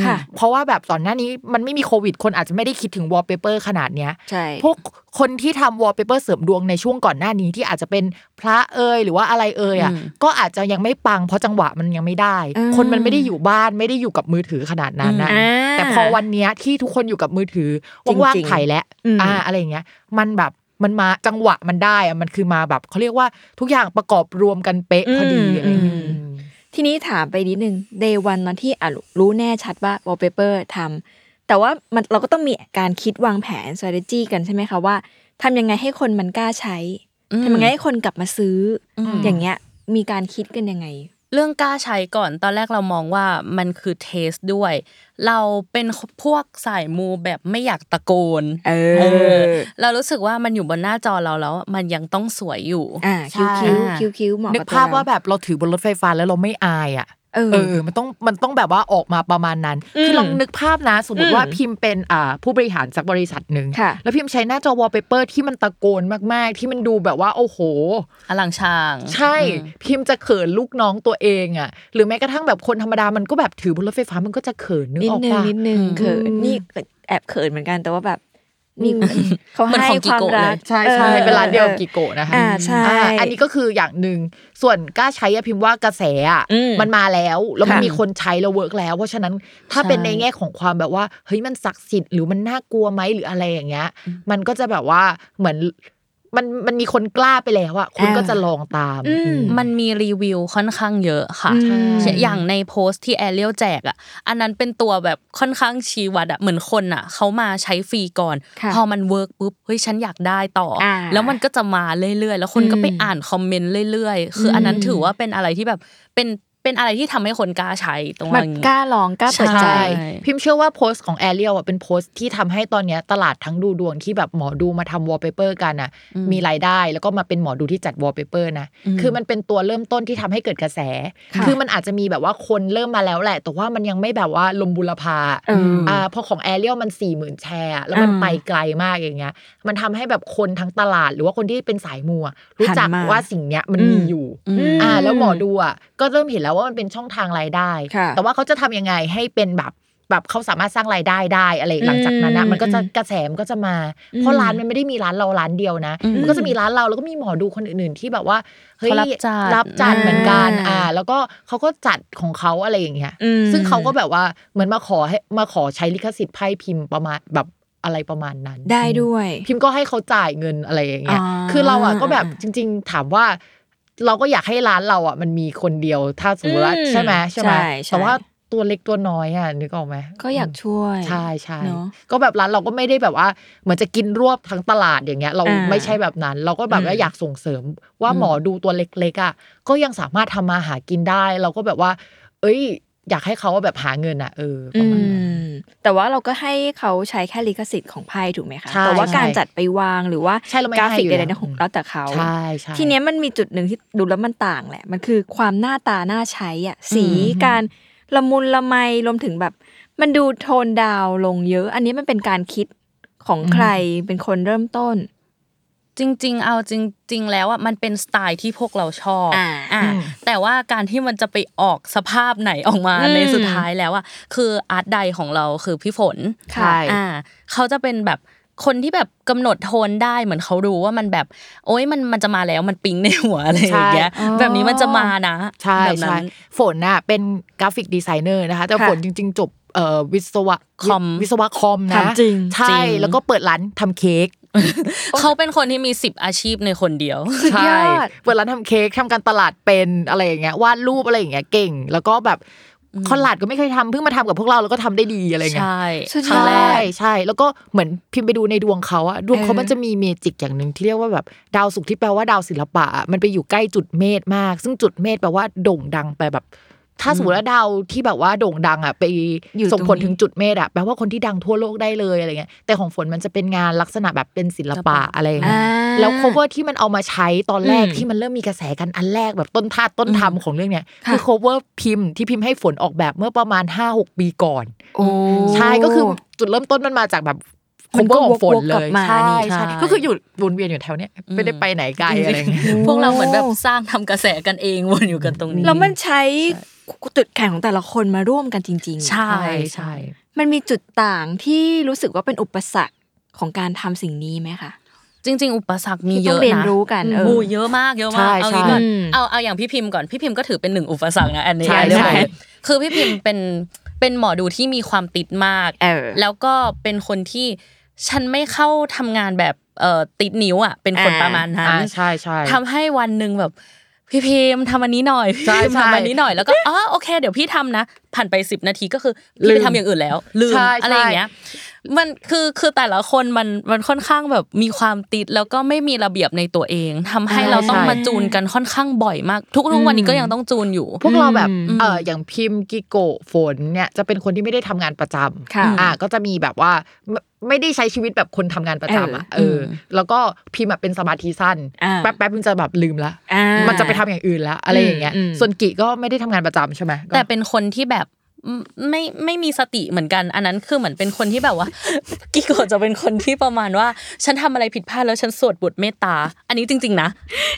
ค่ะ
เพราะว่าแบบตอนหน้านี้มันไม่มีโควิด คนอาจจะไม่ได้คิดถึงวอลเปเปอร์ขนาดเนี้ย
ใช่
พวกคนที่ทำวอลเปเปอร์เสริมดวงในช่วงก่อนหน้านี้ที่อาจจะเป็นพระเอยหรือว่าอะไรเอยอ่ะก็อาจจะยังไม่ปังเพราะจังหวะมันยังไม่ได้ คนมันไม่ได้อยู่บ้านไม่ได้อยู่กับมือถือขนาดนั้นนะ
อ่า
แต่พอวันเนี้ยที่ทุกคนอยู่กับมือถือ
จริงๆ
ว่างๆถ่ายแล้ว
อืม
อ่าอะไรอย่างเงี้ย มันแบบมันมาจังหวะมันได้อะมันคือมาแบบเขาเรียกว่าทุกอย่างประกอบรวมกันเป๊ะพอดีอะไรอย่างเงี้ยอืม
ทีนี้ถามไปนิดนึง day one ตอนที่อ่ะรู้แน่ชัดว่าวอลเปเปอร์ทำแต่ว่ามันเราก็ต้องมีการคิดวางแผน strategy กันใช่ไหมคะว่าทำยังไงให้คนมันกล้าใช้
อืม
ทำยังไงให้คนกลับมาซื้ออ
ม
อย่างเงี้ยมีการคิดกันยังไง
เรื่องกล้าใช้ก่อนตอนแรกเรามองว่ามันคือเทสด้วย เราเป็นพวกสายมูแบบไม่อยากตะโกน
เอ
เออ เรารู้สึกว่ามันอยู่บนหน้าจอเราแล้ว มันยังต้องสวยอยู่
อ่า
ใช่
คิ้วคิ้วคิ้วคิ้วเหมาะ
นึ
กั
ก
บตัว
ภาพว่า
เรา
แบบเราถือบนรถไฟฟ้าแล้วเราไม่อายอ่ะ
เออ
เออ มันต้อง มันต้องแบบว่าออกมาประมาณนั้น
อืม
คือลองนึกภาพนะ สมม
อื
ติ
ม
ว่าพิมพ์เป็นอ่าผู้บริหารสักบริษัทหนึ่ง
ค่ะ
แล้วพิมพ์ใช้หน้าจอวอลเปเปอร์ที่มันตะโกนมาก ๆ ที่มันดูแบบว่า โอ้โห
อลังชาง
ใช่ พิมพ์จะเขินลูกน้องตัวเองอ่ะ หรือแม้กระทั่งแบบคนธรรมดา มันก็แบบถือบนรถไฟฟ้า มันก็จะเขินนึก
นิด
ออก
นึง
ปะ
นิดนึงเขิน
อืม
นี่แอบเขินเหมือนกันแต่ว่าแบบ นี่เขา
เหมือนข
ให้
องกิ
ความ
โกะเล
รัก
ย
ใช่ใช่
ออ
เป็นร้านเดียว
ออ
กิโกะนะคะ
อ่าใช่
อ่าอันนี้ก็คืออย่างหนึ่งส่วนกล้าใช้อะพิมพ์ว่ากระแสอะ
อืม
มันมาแล้วแล้วมัน
ค่ะ
มีคนใช้แล้วเวิร์กแล้ว เพราะฉะนั้นถ้า
ใช่
เป็นในแง่ของความแบบว่าเฮ้ยมันศักดิ์สิทธิ์หรือมันน่ากลัวไหมหรืออะไรอย่างเงี้ย มันก็จะแบบว่าเหมือน มันมันมีคนกล้าไปแล้วอะคุณ
อ่า
ก็จะลองตาม
อืม
มันมีรีวิวค่อนข้างเยอะค่ะ
ใช่
เช่นอย่างในโพสต์ที่แอเรียลแจกอ่ะ อันนั้นเป็นตัวแบบค่อนข้างชี้วัดอ่ะ เหมือนคนอ่ะเขามาใช้ฟรีก่อน
ค่ะ
พอมันเวิร์กปุ๊บ เฮ้ยฉันอยากได้ต่ออา แล้วมันก็จะมาเรื่อยๆ แล้วคนก็ไป
อืม
อ่านคอมเมนต์เรื่อยๆ คืออันนั้น
อืม
ถือว่าเป็นอะไรที่แบบเป็นเป็นอะไรที่ทำให้คนกล้าใช้ตรง
แบ
นั้
บ
น
กล้าลองกล้าเปิดใจ
ใช่
พิมพ์เชื่อว่าโพสต์ของแอเรียลอ่ะเป็นโพสต์ที่ทำให้ตอนเนี้ยตลาดทั้งดูดวงที่แบบหมอดูมาทำวอลเปเปอร์กันอ่ะ
อืม
มีรายได้แล้วก็มาเป็นหมอดูที่จัดวอลเปเปอร์นะ
อืม
คือมันเป็นตัวเริ่มต้นที่ทำให้เกิดกระแส
ค่ะ
คือมันอาจจะมีแบบว่าคนเริ่มมาแล้วแหละ แต่ว่ามันยังไม่แบบว่าลมบุรพา
เอออ่
่าพอของแอเรียลมัน4ี่หมื่นแชร์อะแล้วมัน
อ่า
ไปไกลมากอย่างเงี้ย มันทำให้แบบคนทั้งตลาด หรือว่าคนที่เป็นสายมัว รู้จัก
หันมา
ว่าสิ่งเนี้ยมัน
อืม
มีอยู่
อืม
อ่าแล้วหมอดูอ่ะก็เริ่มเห็นแล้วว่ามันเป็นช่องทางรายได้
ค่ะ
แต่ว่าเขาจะทำยังไงให้เป็นแบบแบบเขาสามารถสร้างรายได้ได้อะไรหลังจากนั้นนะ
อืม
มันก็จะ
อืม
กระแสมนก็จะมา
อืม
เพราะร้านมันไม่ได้มีร้านเราร้านเดียวนะ
อืม
มันก็จะมีร้านเราแล้วก็มีหมอดูคนอื่นๆที่แบบว่าเฮ้ย
เขารับจัด
รับจัดเหมือนกัน
อ่า
อ่า แล้วก็เขาก็จัดของเขาอะไรอย่างเงี้ย
อืม
ซึ่งเขาก็แบบว่าเหมือนมาขอให้มาขอใช้ลิขสิทธิ์ไพ่พิมพ์ประมาณแบบอะไรประมาณนั้น
ได้
อืม
ด้วย
พิมพ์ก็ให้เขาจ่ายเงินอะไรอย่างเงี้ย
อ่า
คือเราอ่ะก็แบบจริง ๆ ถามว่า เราก็อยากให้ร้านเราอ่ะมันมีคนเดียว ถ้าสมมติว่า
อืม
ใช่ไหมใช่ไหม
ใช่ใช่
แต่ว่าตัวเล็กตัวน้อยอ่ะนึกออกไหม
ก็อยากช่วย
ใช่ใช่
เนอะ
ก็แบบร้านเราก็ไม่ได้แบบว่าเหมือนจะกินรวบทั้งตลาดอย่างเงี้ย เรา
อ่า
ไม่ใช่แบบนั้น เราก็แบบว่า
อืม
อยากส่งเสริม ว่า
อืม
หมอดูตัวเล็กๆอ่ะก็ยังสามารถทำมาหากินได้ เราก็แบบว่า เอ้ย อยากให้เขาแบบหาเงินอ่ะเออป
อื
ระมาณนั้น
มแต่ว่าเราก็ให้เขาใช้แค่ลิขสิทธิ์ของไพ่ถูกไหมคะ
ใช่
แต่ว่า
ใช่
การจัดไปวางหรือว่า
ใช่เราไม่
กรา
ให้
ฟิก
อยู่
ใดๆ
แล้ว
นะของเราแต่เขา
ใช่ใช่
ทีเนี้ยมันมีจุดหนึ่งที่ดูแล้วมันต่างแหละ มันคือความหน้าตาหน้าใช้อ่ะสี
อืม
การละมุนละไมรวมถึงแบบ มันดูโทนดาวลงเยอะ อันนี้มันเป็นการคิดของใครเป็นคนเริ่มต้น
จริง ๆ เอาจริง ๆ แล้วอ่ะมันเป็นสไตล์ที่พวกเราชอบ
อ่า
อ่าแต่ว่าการที่มันจะไปออกสภาพไหนออกมา
อืม
ในสุดท้ายแล้วอ่ะคืออาร์ตใดของเราคือพี่ฝน
ใช่
อ่าเขาจะเป็นแบบคนที่แบบกำหนดโทนได้เหมือนเขารู้ว่ามันแบบ โอ๊ยมันมันจะมาแล้วมันปิ๊งในหัวอะไรอย่างเงี้ย
ใช่อ๋อ
แบบนี้มันจะมานะ
ใช่
แบบนั้
ใช่
น
ฝนน่ะเป็นกราฟิกดีไซเนอร์นะคะ แต่
ค่ะ
ฝนจริง ๆ จบเอ่อวิศวะ
คอม
วิศวะคอมนะ
ถามจริง
ใช่
จริง
แล้วก็เปิดร้านทำเค้ก
เขาเป็นคนที่มีสิบอาชีพในคนเดียว
สุดย
ใช่
อด
เปิดร้านทำเค้กทำการตลาดเป็นอะไรอย่างเงี้ยวาดรูปอะไรอย่างเงี้ยเก่ง แล้วก็แบบคอนลาดก็ไม่เคยทำเพิ่งมาทำกับพวกเราแล้วก็ทำได้ดีอะไรเงี้ย
ใช่
สุดยอด
ครั้งแรก
ใช่ใช่แล้วก็เหมือนพิมพ์ไปดูในดวงเขาอะดวงเขา
เออ
มันจะมีเมจิกอย่างหนึ่งที่เรียกว่าแบบดาวศุกร์ที่แปลว่าดาวศิลปะอะมันไปอยู่ใกล้จุดเมษมาก ซึ่งจุดเมษแปลว่าโด่งดังไปแบบ ถ้าสมมติว่าดาวที่แบบว่าโด่งดังอ่ะไป
อยู่
ส่งผล
ตรงนี้
ถึงจุดเมฆอ่ะแปลว่าคนที่ดังทั่วโลกได้เลยอะไรเงี้ยแต่ของฝนมันจะเป็นงานลักษณะแบบเป็นศิลปะ
ศิลปะ
อะไรอย่างเงี้ย
อ่า
แล้ว cover ที่มันเอามาใช้ตอนแรก
อืม
ที่มันเริ่มมีกระแสกันอันแรกแบบต้นทาสต้นทำของเรื่องเนี้ย
ค่ะ
คือ cover พิมพ์ที่พิมพ์ให้ฝนออกแบบเมื่อประมาณ 5-6 ปีก่อน
โอ้
ใช่ก็คือจุดเริ่มต้นมันมาจากแบบค
มัน
ง
ก็
เบอร์ของฝน
วกๆก
เล
ลับ
ย
มา
ใช่
นี่
ใช่ก็คืออยู่วนเวียนอยู่แถวเนี้ยไม่ได้ไปไหนไกลอะไรเงี้ย
พวกเราเหมือนแบบสร้างทำกระแสกันเองวนอยู่กันตรงนี้
แล้วมันใช้จุดแข็งของแต่ละคนมาร่วมกันจริงๆ
ใช่
ใช่
ใช่
มันมีจุดต่างที่รู้สึกว่าเป็นอุปสรรคของการทำสิ่งนี้ไหมคะ
จริง ๆ อุปสรรคมี
ที่
เย
ต้อง
อะ
เรียน
นะ
รู้กันเอ
โอ้
อ
เยอะมากเยอะ
ใช่
มากเอางี้ก่อน
ใช่
เอาเอาอย่างพี่พิมพ์ก่อนพี่พิมพ์ก็ถือเป็นหนึ่งอุปสรรคนะอันนี้
ใช่
เรื่อง
ใช่
ของคือพี่พิมพ์เป็นเป็นหมอดูที่มีความติดมาก
เออ
แล้วก็เป็นคนที่ฉันไม่เข้าทำงานแบบเอ่อติดนิ้วอ่ะเป็นคน
อ่า
ประมาณนั้น
อ่าใช่ใช่
ทำให้วันหนึ่งแบบพี่พิมพ์ทำอันนี้หน่อยพี่
ใช่
พิมพ์
ใช่
ทำอันนี้หน่อยแล้วก็อ๋อโอเค เดี๋ยวพี่ทำนะผ่านไปสิบนาทีก็คือ
ลืม
พี่ไปทำอย่างอื่นแล้วลืม
ใช่
อะไรอย่างเงี้ย มันคือคือแต่ละคนมันมันค่อนข้างแบบมีความติดแล้วก็ไม่มีระเบียบในตัวเองทำให้
อ่า
เราต้อง
ใช่
มาจูนกันค่อนข้างบ่อยมาก ทุกทุกวันนี้
อืม
ก็ยังต้องจูนอยู่
พวกเราแบบ
อืม
เอออย่างพิมพ์กิโกะฝนเนี่ยจะเป็นคนที่ไม่ได้ทำงานประจำ
ค่ะ
อ่าก็จะมีแบบว่าไม่ไม่ได้ใช้ชีวิตแบบคนทำงานประจำอ่ะ
เออ
เอออ แล้วก็พิมพ์แบบเป็นสมาธิสั้น
อ่า
แป๊บแป๊บๆมันจะแบบลืมละ
อ่า
มันจะไปทำอย่างอื่นละอะไรอย่างเงี้ย
อืมอืม
ส่วนกิก็ไม่ได้ทำงานประจำใช่ไหมก็
แต่เป็นคนที่แบบไม่ไม่มีสติเหมือนกัน อันนั้นคือเหมือนเป็นคนที่แบบว่า กิโกะจะเป็นคนที่ประมาณว่า ฉันทำอะไรผิดพลาดแล้วฉันสวดบทเมตตา อันนี้จริง ๆ นะ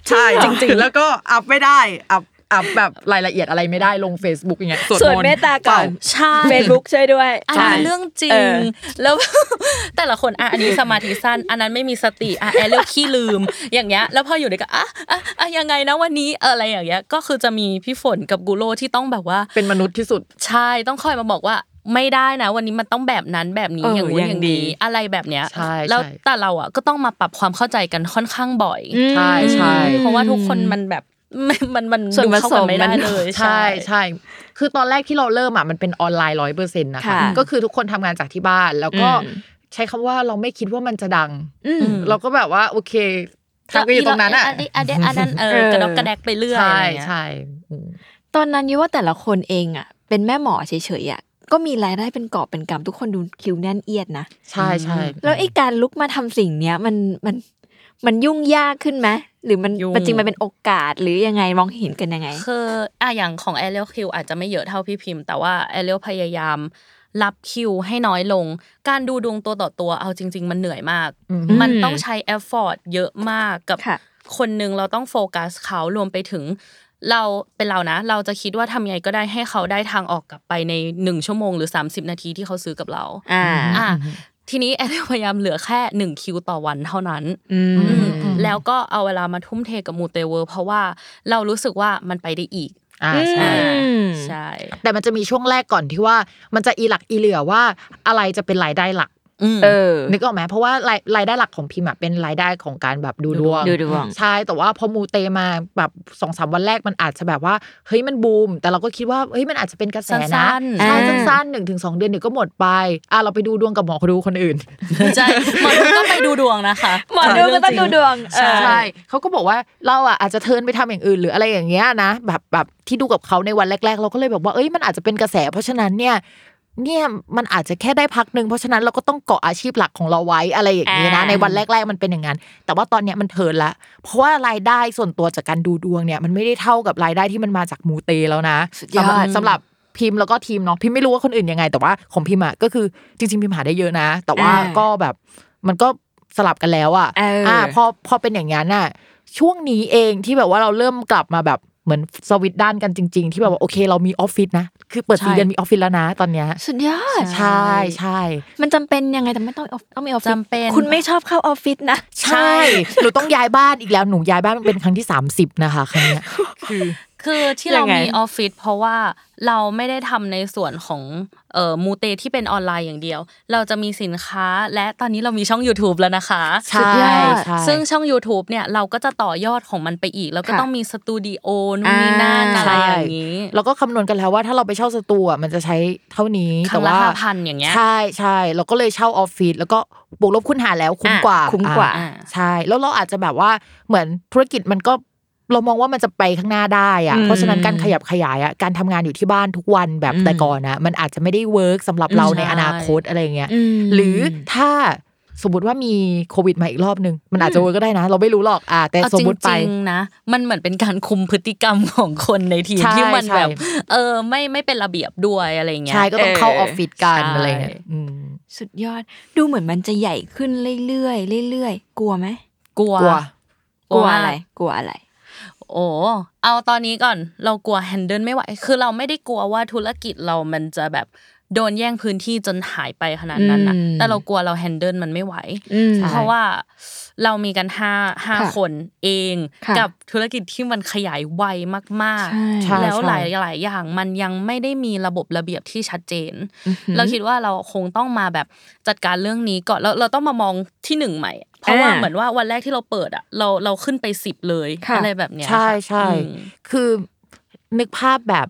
ใช่
จริงๆ
แล้วก็อัพไม่ได้อัพอัพแบบรายละเอียดอะไรไม่ได้ลง Facebook อย่างเงี้ยสวด
ส่วน
มน
เม
ต์
ตตาก่อน
ใช่
เฟซบุ๊กช่วยด้วย
อันนั้นเรื่องจริ
เอง อ
แล้ว แต่ละคนอ่ะอันนี้สมาธิสั้น อันนั้นไม่มีสติอ่ะแอนเลือกขี้ลืมอย่างเงี้ยแล้วพออยู่ด้วยกันอ่ะอ่ะอ่ะยังไงนะวันนี้เอออะไรอย่างเงี้ยก็คือจะมีพี่ฝนกับกูโรที่ต้องแบบว่า
เป็นมนุษย์ที่สุด
ใช่ต้องคอยมาบอกว่า ไม่ได้นะ วันนี้มันต้องแบบนั้นแบบนี้
เออ
อ
อย่าง
นู้นอ
อ
ย่างนี้
ย่างนี้
อะไรแบบเนี้ย
ใช่
แล้ว
ใช่
แต่เราอ่ะก็ต้องมาปรับความเข้าใจกันค่อนข้างบ่อย
ใช่ใช่
อืม
เพราะว่าทุกคนมันแบบ มันมันมัน
ส่วน
ดู
ผ
เข้า
ส
กัน
ม
ไม่ได้
มัน
เลย
ใช่ใช่ คือตอนแรกที่เราเริ่มอ่ะมันเป็นออนไลน์ร้อยเปอร์เซ็นต์นะคะ
ค่ะ
ก็คือทุกคนทำงานจากที่บ้าน แล้วก็
อืม
ใช้คำว่าเราไม่คิดว่ามันจะดัง
อืม
อืม
เราก็แบบว่าโอเคทำกันอยู่ตรงนั้นอ่ะ
อันนี้อันนี้อันนั้นเอ
เอ
อ
อ
กระดอกกระแดกไปเรื่อยอะ
ใช่
ไรเงี้ย
ใช่อืม
ตอนนั้นยูว่าแต่ละคนเองอ่ะ เป็นแม่หมอเฉยๆอ่ะก็มีรายได้เป็นกอบเป็นกำทุกคนดูคิวแน่นเอียดนะ
ใช่ใช่
แล้วไอ้การลุกมาทำสิ่งเนี้ยมันมันมันยุ่งยากขึ้นไหมหรือมัน
ยุ่ง
มันจริงมันเป็นโอกาสหรือยังไงมองเห็นกันยังไง
คืออ่ะอย่างของแอเรียลคิวอาจจะไม่เยอะเท่าพี่พิมพ์ แต่ว่าแอเรียลพยายาม รับคิวให้น้อยลง การดูดวงตัวต่อตัวเอาจริง ๆ มันเหนื่อยมาก
อืม
มันต้องใช้เอฟฟอร์ตเยอะมากกับ
ค่ะ
คนหนึ่งเราต้องโฟกัสเขารวมไปถึง เราเป็นเรานะ เราจะคิดว่าทำยังไงก็ได้ให้เขาได้ทางออกกลับไปในหนึ่งชั่วโมงหรือ 30 นาทีที่เขาซื้อกับเรา
อ่า
อ่ะทีนี้แอนพยายามเหลือแค่ 1 คิวต่อวันเท่านั้น
อืม
อืม
แล้วก็เอาเวลามาทุ่มเทกับมูเตเวอร์เพราะว่าเรารู้สึกว่ามันไปได้อีก
อ่าใช่
อ่า
อืม
ใช่
แต่มันจะมีช่วงแรกก่อนที่ว่ามันจะอีหลักอีเหลือว่าอะไรจะเป็นรายได้หลัก
อืม
เออ
นึกออกไหมเพราะว่ารายรายได้หลักของพิมพ์อะเป็นรายได้ของการแบบดูดวง
ดูดวง
ใช่แต่ว่าพอมูเตมาแบบสองสามวันแรกมันอาจจะแบบว่าเฮ้ยมันบูม แต่เราก็คิดว่าเฮ้ยมันอาจจะเป็นกระแส
สั้
นะ
นๆ
ใช่
อ่า
สั้นๆหนึ่งถึงสองเดือนเดี๋ยวก็หมดไปอ่ะเราไปดูดวงกับหมอดูคนอื่น
ใช่หมอดูก็ไปดูดวงนะคะ
หมอดูก็ต้องดูดวง
ใช่
ใช่เขาก็บอกว่าเราอ่ะอาจจะเทิร์นไปทำอย่างอื่นหรืออะไรอย่างเงี้ยนะแบบแบบที่ดูกับเขาในวันแรก ๆ เราก็เลยแบบว่าเอ้ยมันอาจจะเป็นกระแส เพราะฉะนั้นเนี่ยเนี่ยมันอาจจะแค่ได้พักหนึ่งเพราะฉะนั้นเราก็ต้องเกาะอาชีพหลักของเราไว้อะไรอย่างเงี้ยนะ
อ่า
ในวันแรก ๆ มันเป็นอย่างนั้นแต่ว่าตอนเนี้ยมันเทิร์นละเพราะว่ารายได้ส่วนตัวจากการดูดวงเนี่ยมันไม่ได้เท่ากับรายได้ที่มันมาจากมูเตแล้วนะสำหรับสำหรับพิมพ์แล้วก็ทีมเนาะพิมพ์ไม่รู้ว่าคนอื่นยังไง แต่ว่าของพิมพ์อะก็คือจริง ๆพิมพ์หาได้เยอะนะ แต่ว่าก็แบบมันก็สลับกันแล้วอ่ะ
เอออ่
อ่าพอพอเป็นอย่างนั้นน่ะช่วงนี้เองที่แบบว่าเราเริ่มกลับมาแบบเหมือนสวิตช์ด้านกันจริง ๆ ที่แบบว่าโอเคเรามีออฟฟิศนะ คือเปิด
ใช่
สี่เดือนมีออฟฟิศแล้วนะตอนเนี้ย
สุดยอด
ใช่ใช่
มันจำเป็นยังไงแต่ไม่ต้องออฟต้องมีออฟฟิศ
จำเป็น
คุณไม่ชอบเข้าออฟฟิศนะ
ใช่หนูต้องย้ายบ้านอีกแล้วหนูย้ายบ้านเป็นครั้งที่ 30 นะคะครั้งเนี้ยคือ
คือที่เรา
ยังไง
มีออฟฟิศเพราะว่าเราไม่ได้ทำในส่วนของเอ่อมูเตที่เป็นออนไลน์อย่างเดียว เราจะมีสินค้าและตอนนี้เรามีช่อง YouTube แล้วนะคะ
ใช่
สุดยอด
ใช่
ซึ่งช่อง YouTube เนี่ยเราก็จะต่อยอดของมันไปอีก แล้วก็
ค่ะ
ต้องมีสตูดิโอนู่นนี่นั่น
อ่า
อะไรอย่างนี้
เราก็คำนวณกันแล้วว่าถ้าเราไปเช่าสตูอ่ะมันจะใช้เท่านี้
ค
แต่
รั้ง
ว่า
ละห้าพันอย่างเงี้ย
ใช่ใช่เราก็เลยเช่าออฟฟิศแล้วก็บวกลบคูณหารแล้วคุ้ม
อ่ะ
กว่า
คุ้ม
อ่ะ
กว่า
อ่า
ใช่แล้วเราอาจจะแบบว่าเหมือนธุรกิจมันก็เรามองว่ามันจะไปข้างหน้าได้อะ
อืม
เพราะฉะนั้นการขยับขยายอะการทำงานอยู่ที่บ้านทุกวันแบบ
อืม
แต่ก่อนนะมันอาจจะไม่ได้เวิร์กสำหรับเรา
อืม
ใน
ใช่
อนาคตอะไรเงี้ย
ม
หรือถ้าสมมติว่ามีโควิดมาอีกรอบนึง มันอาจจะเวิร์กก็ได้นะ เราไม่รู้หรอกอ่ะแต่
เอา
สม
จ
มติไป
ริงๆนะ มันเหมือนเป็นการคุมพฤติกรรมของคนในทีม
ใช่
ที่มัน
ใช่
แบบเออไม่ไม่เป็นระเบียบด้วยอะไรเงี้ย
ใช่ก็ต้องเข้า
เอ
อ
อ
อฟฟิศกัน
ใช่
อะไรเงี้ยอืม
สุดยอด ดูเหมือนมันจะใหญ่ขึ้นเรื่อยๆเรื่อยๆกลัวไหม
กลัว
กลัว
กลัวอะไรกลัวอะไร
โอ้เอาตอนนี้ก่อนเรากลัวแฮนเดิลไม่ไหว คือเราไม่ได้กลัวว่าธุรกิจเรามันจะแบบโดนแย่งพื้นที่จนหายไปขนาดนั้นนะ
อืม
แต่เรากลัวเราแฮนเดิลมันไม่ไหว
อืม
ใช่
เพราะว่าเรามีกันห้าห้า
ค่ะ
คนเอง
ค่ะ
กับธุรกิจที่มันขยายไวมาก
ใช่
ๆ แล้ว
ใช่
หลายหลายอย่างมันยังไม่ได้มีระบบระเบียบที่ชัดเจน
อื้อหือ
เราคิดว่าเราคงต้องมาแบบจัดการเรื่องนี้ก่อนเราเราต้องมามองที่หนึ่งใหม่ เพราะว่า
อ่า
เหมือนว่าวันแรกที่เราเปิดอ่ะเราเราขึ้นไปสิบเลย
ค่ะ
อะไรแบบเนี้ย
ใช่
ค่ะ
ใช่
อืม
คือนึกภาพแบบ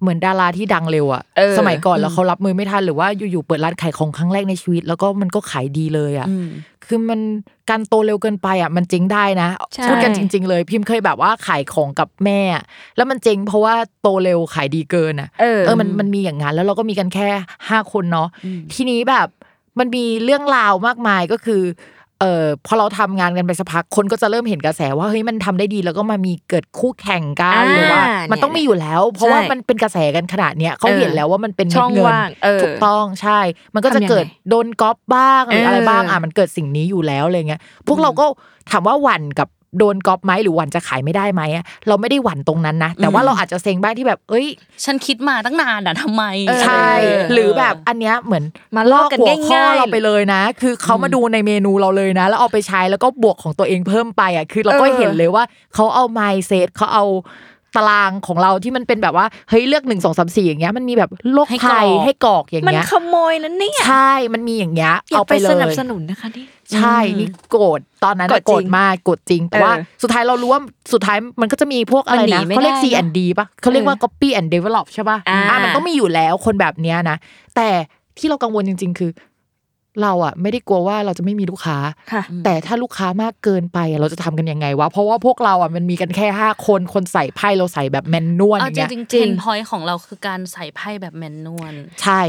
เหมือนดาราที่ดังเร็วอะ
เออ
สมัยก่อนแล้วเขารับมือไม่ทันหรือว่าอยู่ๆเปิดร้านขายของครั้งแรกในชีวิต แล้วก็มันก็ขายดีเลยอะ
อืม
คือมันการโตเร็วเกินไปอะมันเจ๊งได้นะ
ใช่
พูดกันจริง ๆ เลย พิมพ์เคยแบบว่าขายของกับแม่อะแล้วมันเจ๊งเพราะว่าโตเร็วขายดีเกินอะ
เออ
เออ มัน มันมีอย่างนั้น แล้วเราก็มีกันแค่ห้าคนเนาะ
อืม
ทีนี้แบบ มันมีเรื่องราวมากมายก็คือ เออพอเราทำงานกันไปสักพัก คนก็จะเริ่มเห็นกระแสว่า เฮ้ย มันทำได้ดี แล้วก็มามีเกิดคู่แข่งกัน
อ่า
หรือว่า มัน
เนี่ย
ต้องมีอยู่แล้ว เพราะว่า
ใช่
มันเป็นกระแสกันขนาดเนี้ยเขา
เออ
เห็นแล้วว่ามันเป็น
ช่อง
เม็ดเน
ว่างเออ
ถูกต้อง ใช่ มันก็จะ
ทำยังไง
เกิดโดนก๊อปบ้างหรืออะไร
เออ
บ้าง อ่ะ มันเกิดสิ่งนี้อยู่แล้วอะไรเงี้ย พวกเราก็ถามว่าหวั่นกับโดนก๊อปไหมหรือหวั่นจะขายไม่ได้ไหมอะเราไม่ได้หวั่นตรงนั้นนะ แต่ว่าเราอาจจะเซ็งบ้างที่แบบ เอ้ย
ฉันคิดมาตั้งนานอ่ะทำไม
เออ
ใช่
เออ
หรือแบบอันเนี้ยเหมือน
มาลอกกัน
หัวข้อ
ง่ายๆ
เราไปเลยนะ คือเขามาดูในเมนูเราเลยนะ แล้วเอาไปใช้แล้วก็บวกของตัวเองเพิ่มไปอ่ะคือเราก็เห็นเลยว่าเขาเอาไมเซตเขาเอา ตารางของเราที่มันเป็นแบบว่าเฮ้ยเลือกหนึ่งสองสามสี่อย่างเงี้ยมันมีแบบโรค
ให้กร
ภั
อก
ยให้กรอกอย่าง
มัน
เงี้ย
ขโมยแล้วเนี่ย
ใช่ มันมีอย่างเงี้ย
อย่า
เอา
ไป
ไปเล
สนับ
ย
สนุนนะคะนี่
ใช่
อืม
นี่โกรธตอนนั้น
โกร
อะ
ธจริง
โกรธมากโกรธจริง แต่ว่า
เออ
สุดท้ายเรารู้ว่าสุดท้ายมันก็จะมีพวกอะไร
มันหนี
นะ
ไม่
เขาเรียก
ได้
C and D ป่ะเขาเรียกว่า copy and develop ใช่ป่ะ
อ่า
อ่ามันต้องมีอยู่แล้วคนแบบเนี้ยนะ แต่ที่เรากังวลจริง ๆ คือ เราอะไม่ได้กลัวว่าเราจะไม่มีลูกค้า
ค่ะ
แต่ถ้าลูกค้ามากเกินไปอะเราจะทำกันยังไงวะเพราะว่าพวกเราอะมันมีกันแค่ห้าคนคนใส่ไพ่เราใส่แบบแมนนวลอ
เอา
ย่าง
จริ
เงี้
ง
ย
จริงเท
จริง
นพอยของเราคือการใส่ไพ่แบบแมนนวล
ใช่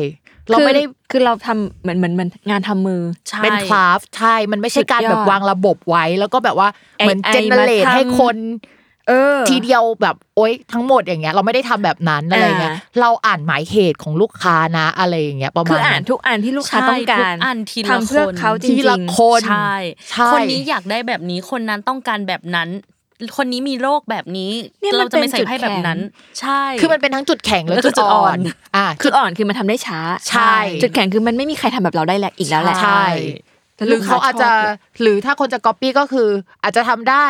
เราไม่ได้
คือคือเราทำเหมือนเหมือนเหมือนงานทำมือ
ใช่
เป็นคราฟต์ใช่ มันไม่ใช่การ
สุดยอด
แบบวางระบบไว้ แล้วก็แบบว่า
ไอ้
เหมือน
ไอ้
เจเนเรต
มาทำ
ให้คน
เออ
ทีเดียวแบบโอ๊ยทั้งหมดอย่างเงี้ย เราไม่ได้ทำแบบนั้นอะไรเงี้ย
อ่า
เราอ่านหมายเหตุของลูกค้านะอะไรอย่างเงี้ยประมาณ
คืออ่าน
นั้น
ทุกอันที่ลูกค้า
ใช่
ต้องกา
ทุ
ร
กอันทีละ
ทำเพื่อ
คน
เขาจริง
ทีละ
ๆ
คน
ใช่
ใช่
คนนี้อยากได้แบบนี้คนนั้นต้องการแบบนั้น คนนี้มีโรคแบบนี้
เนี่ยมัน
เราจะไม่ใส่ไพ่
เป็นจุดแข็ง
แบบนั้น ใช่
คือมันเป็นทั้งจุดแข็งและ
แล้วก็
จุด
จุดอ่
อ่อ
อน น
อ่า
คืออ่อนคือมันทำได้ช้า
ใช่
จุดแข็งคือมันไม่มีใครทำแบบเราได้แหละอีกแล้วแหละ
ใช่ หรือเขาอาจจะหรือถ้าคนจะก๊อปปี้ก็คือ อาจจะทำได้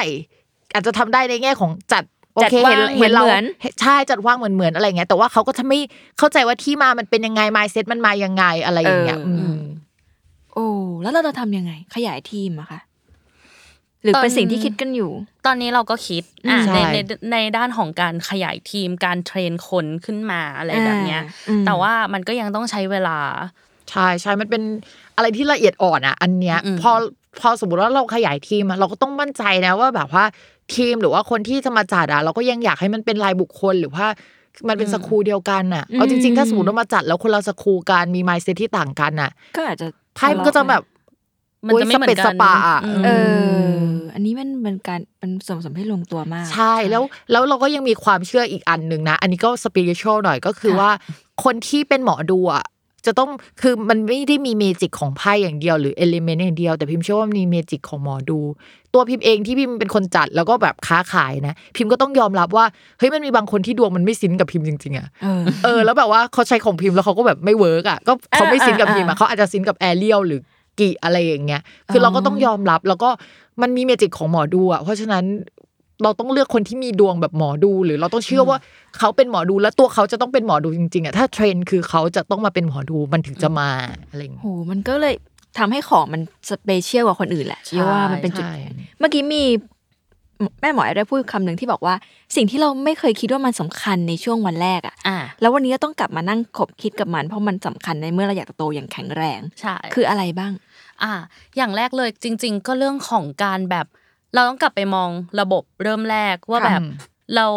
อาจจะทำได้ในแง่ของจัดโอเค
จัดวาง
เห็นเรา
เหมือน
ใช่จัดว่างเหมือนเหมือนๆอะไรเงี้ยแต่ว่าเขาก็จะไม่เข้าใจว่าที่มามันเป็นยังไงมายเซ็ตมันมายังไงอะไรอย่างเงี้ยม
โอ้แล้วเราจะทำยังไง ขยายทีมอะคะหรือเป็น
ตอน
สิ่งที่คิดกันอยู่
ตอนนี้เราก็คิดอ่ะ
ใช่
ในในในด้านของการขยายทีมการเทรนคนขึ้นมาอะไรแบบเนี้ย
อ่าอืม
แต่ว่ามันก็ยังต้องใช้เวลา
ใช่ใช่มันเป็นอะไรที่ละเอียดอ่อนอ่ะ อันเนี้ย
อืม
พอพอสมมติว่าเราขยายทีมอะเราก็ต้องมั่นใจนะว่าแบบว่าทีมหรือว่าคนที่จะมาจัดอ่ะเราก็ยังอยากให้มันเป็นรายบุคคลหรือว่ามันเป็นสครูเดียวกันอ่ะเอาจริงๆถ้าสมมติว่ามาจัดแล้วคนเราสครูกันมีมายเซตที่ต่างกันอ่ะ
ก็อาจจะ
ไพ่มันก็จะแบบ
มันจะไม่เหมือนกัน
โอ๊ยสเปะสปะอะ
อืม
เออ อันนี้มันเป็นการเป็นส่วนผสมที่ลงตัวมาก
ใช่แล้วแล้วเราก็ยังมีความเชื่ออีกอันหนึ่งนะ อันนี้ก็สปิริตชวลหน่อยก็คือ
ค่ะ
ว่าคนที่เป็นหมอดูอ่ะจะต้องคือมันไม่ได้มีเมจิกของไพ่อย่างเดียวหรือเอลิเมนต์อย่างเดียวแต่พิมพ์เชื่อว่ามีเมจิกของหมอดู ตัวพิมพ์เองที่พิมพ์เป็นคนจัดแล้วก็แบบค้าขายนะ พิมพ์ก็ต้องยอมรับว่าเฮ้ยมันมีบางคนที่ดวงมันไม่ซินกับพิมพ์จริงๆอ่ะ
เออ
เออแล้วแบบว่าเขาใช้ของพิมพ์แล้วเขาก็แบบไม่เวิร์กอ่ะก็เขาไม่ซินกับ
อ่าอ่า
พิมพ์อ่ะเขาอาจจะซินกับแอเรียลหรือกี่อะไรอย่างเงี้ย คือเราก็ต้องยอมรับแล้วก็มันมีเมจิกของหมอดูอ่ะเพราะฉะนั้นเราต้องเลือกคนที่มีดวงแบบหมอดู หรือเราต้องเชื่อว่าเขาเป็นหมอดูแล้วตัวเขาจะต้องเป็นหมอดูจริงๆอ่ะถ้าเทรนด์คือเขาจะต้องมาเป็นหมอดูมันถึงจะมาอะไรอย่าง
โห
เงี้ย
มันก็เลยทำให้ของมันสเปเชียลกว่าคนอื่นแหละเชื่อว่ามันเป็นจุด
ใช่
เมื่อกี้มีแม่หมอได้พูดคำหนึ่งที่บอกว่า สิ่งที่เราไม่เคยคิดว่ามันสำคัญในช่วงวันแรกอะ
อ่า
แล้ววันนี้ก็ต้องกลับมานั่งขบคิดกับมัน เพราะมันสำคัญในเมื่อเราอยากจะโตอย่างแข็งแรง
ใช่
คืออะไรบ้าง
อ่า อย่างแรกเลยจริง ๆ ก็เรื่องของการแบบ เราต้องกลับไปมองระบบเริ่มแรกว่าแบบเรา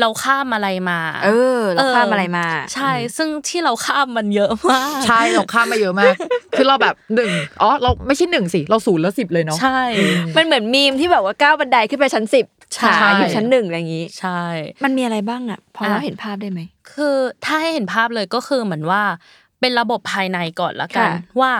เราข้ามอะไรมา
เออ เรา
เออ
ข้ามอะไรมา
ใช่ซึ่งที่เราข้ามมันเยอะมาก
ใช่เราข้ามมาเยอะมากคือเราแบบหนึ่งอ๋อเราไม่ใช่หนึ่งสิเราศูนย์แล้วสิบเลยเนาะ
ใช่
มันเหมือนมีมที่แบบว่าก้าวบันไดขึ้นไปชั้นสิบ
ใช่
ขาอยู่ชั้นหนึ่งอะไรอย่างนี้
ใช่
มันมีอะไรบ้างอะพอ
อ่ะ
เราเห็นภาพได้ไหม
คือถ้าให้เห็นภาพเลยก็คือเหมือนว่า เป็นระบบภายในก่อนละกั
ค่ะ
นว่า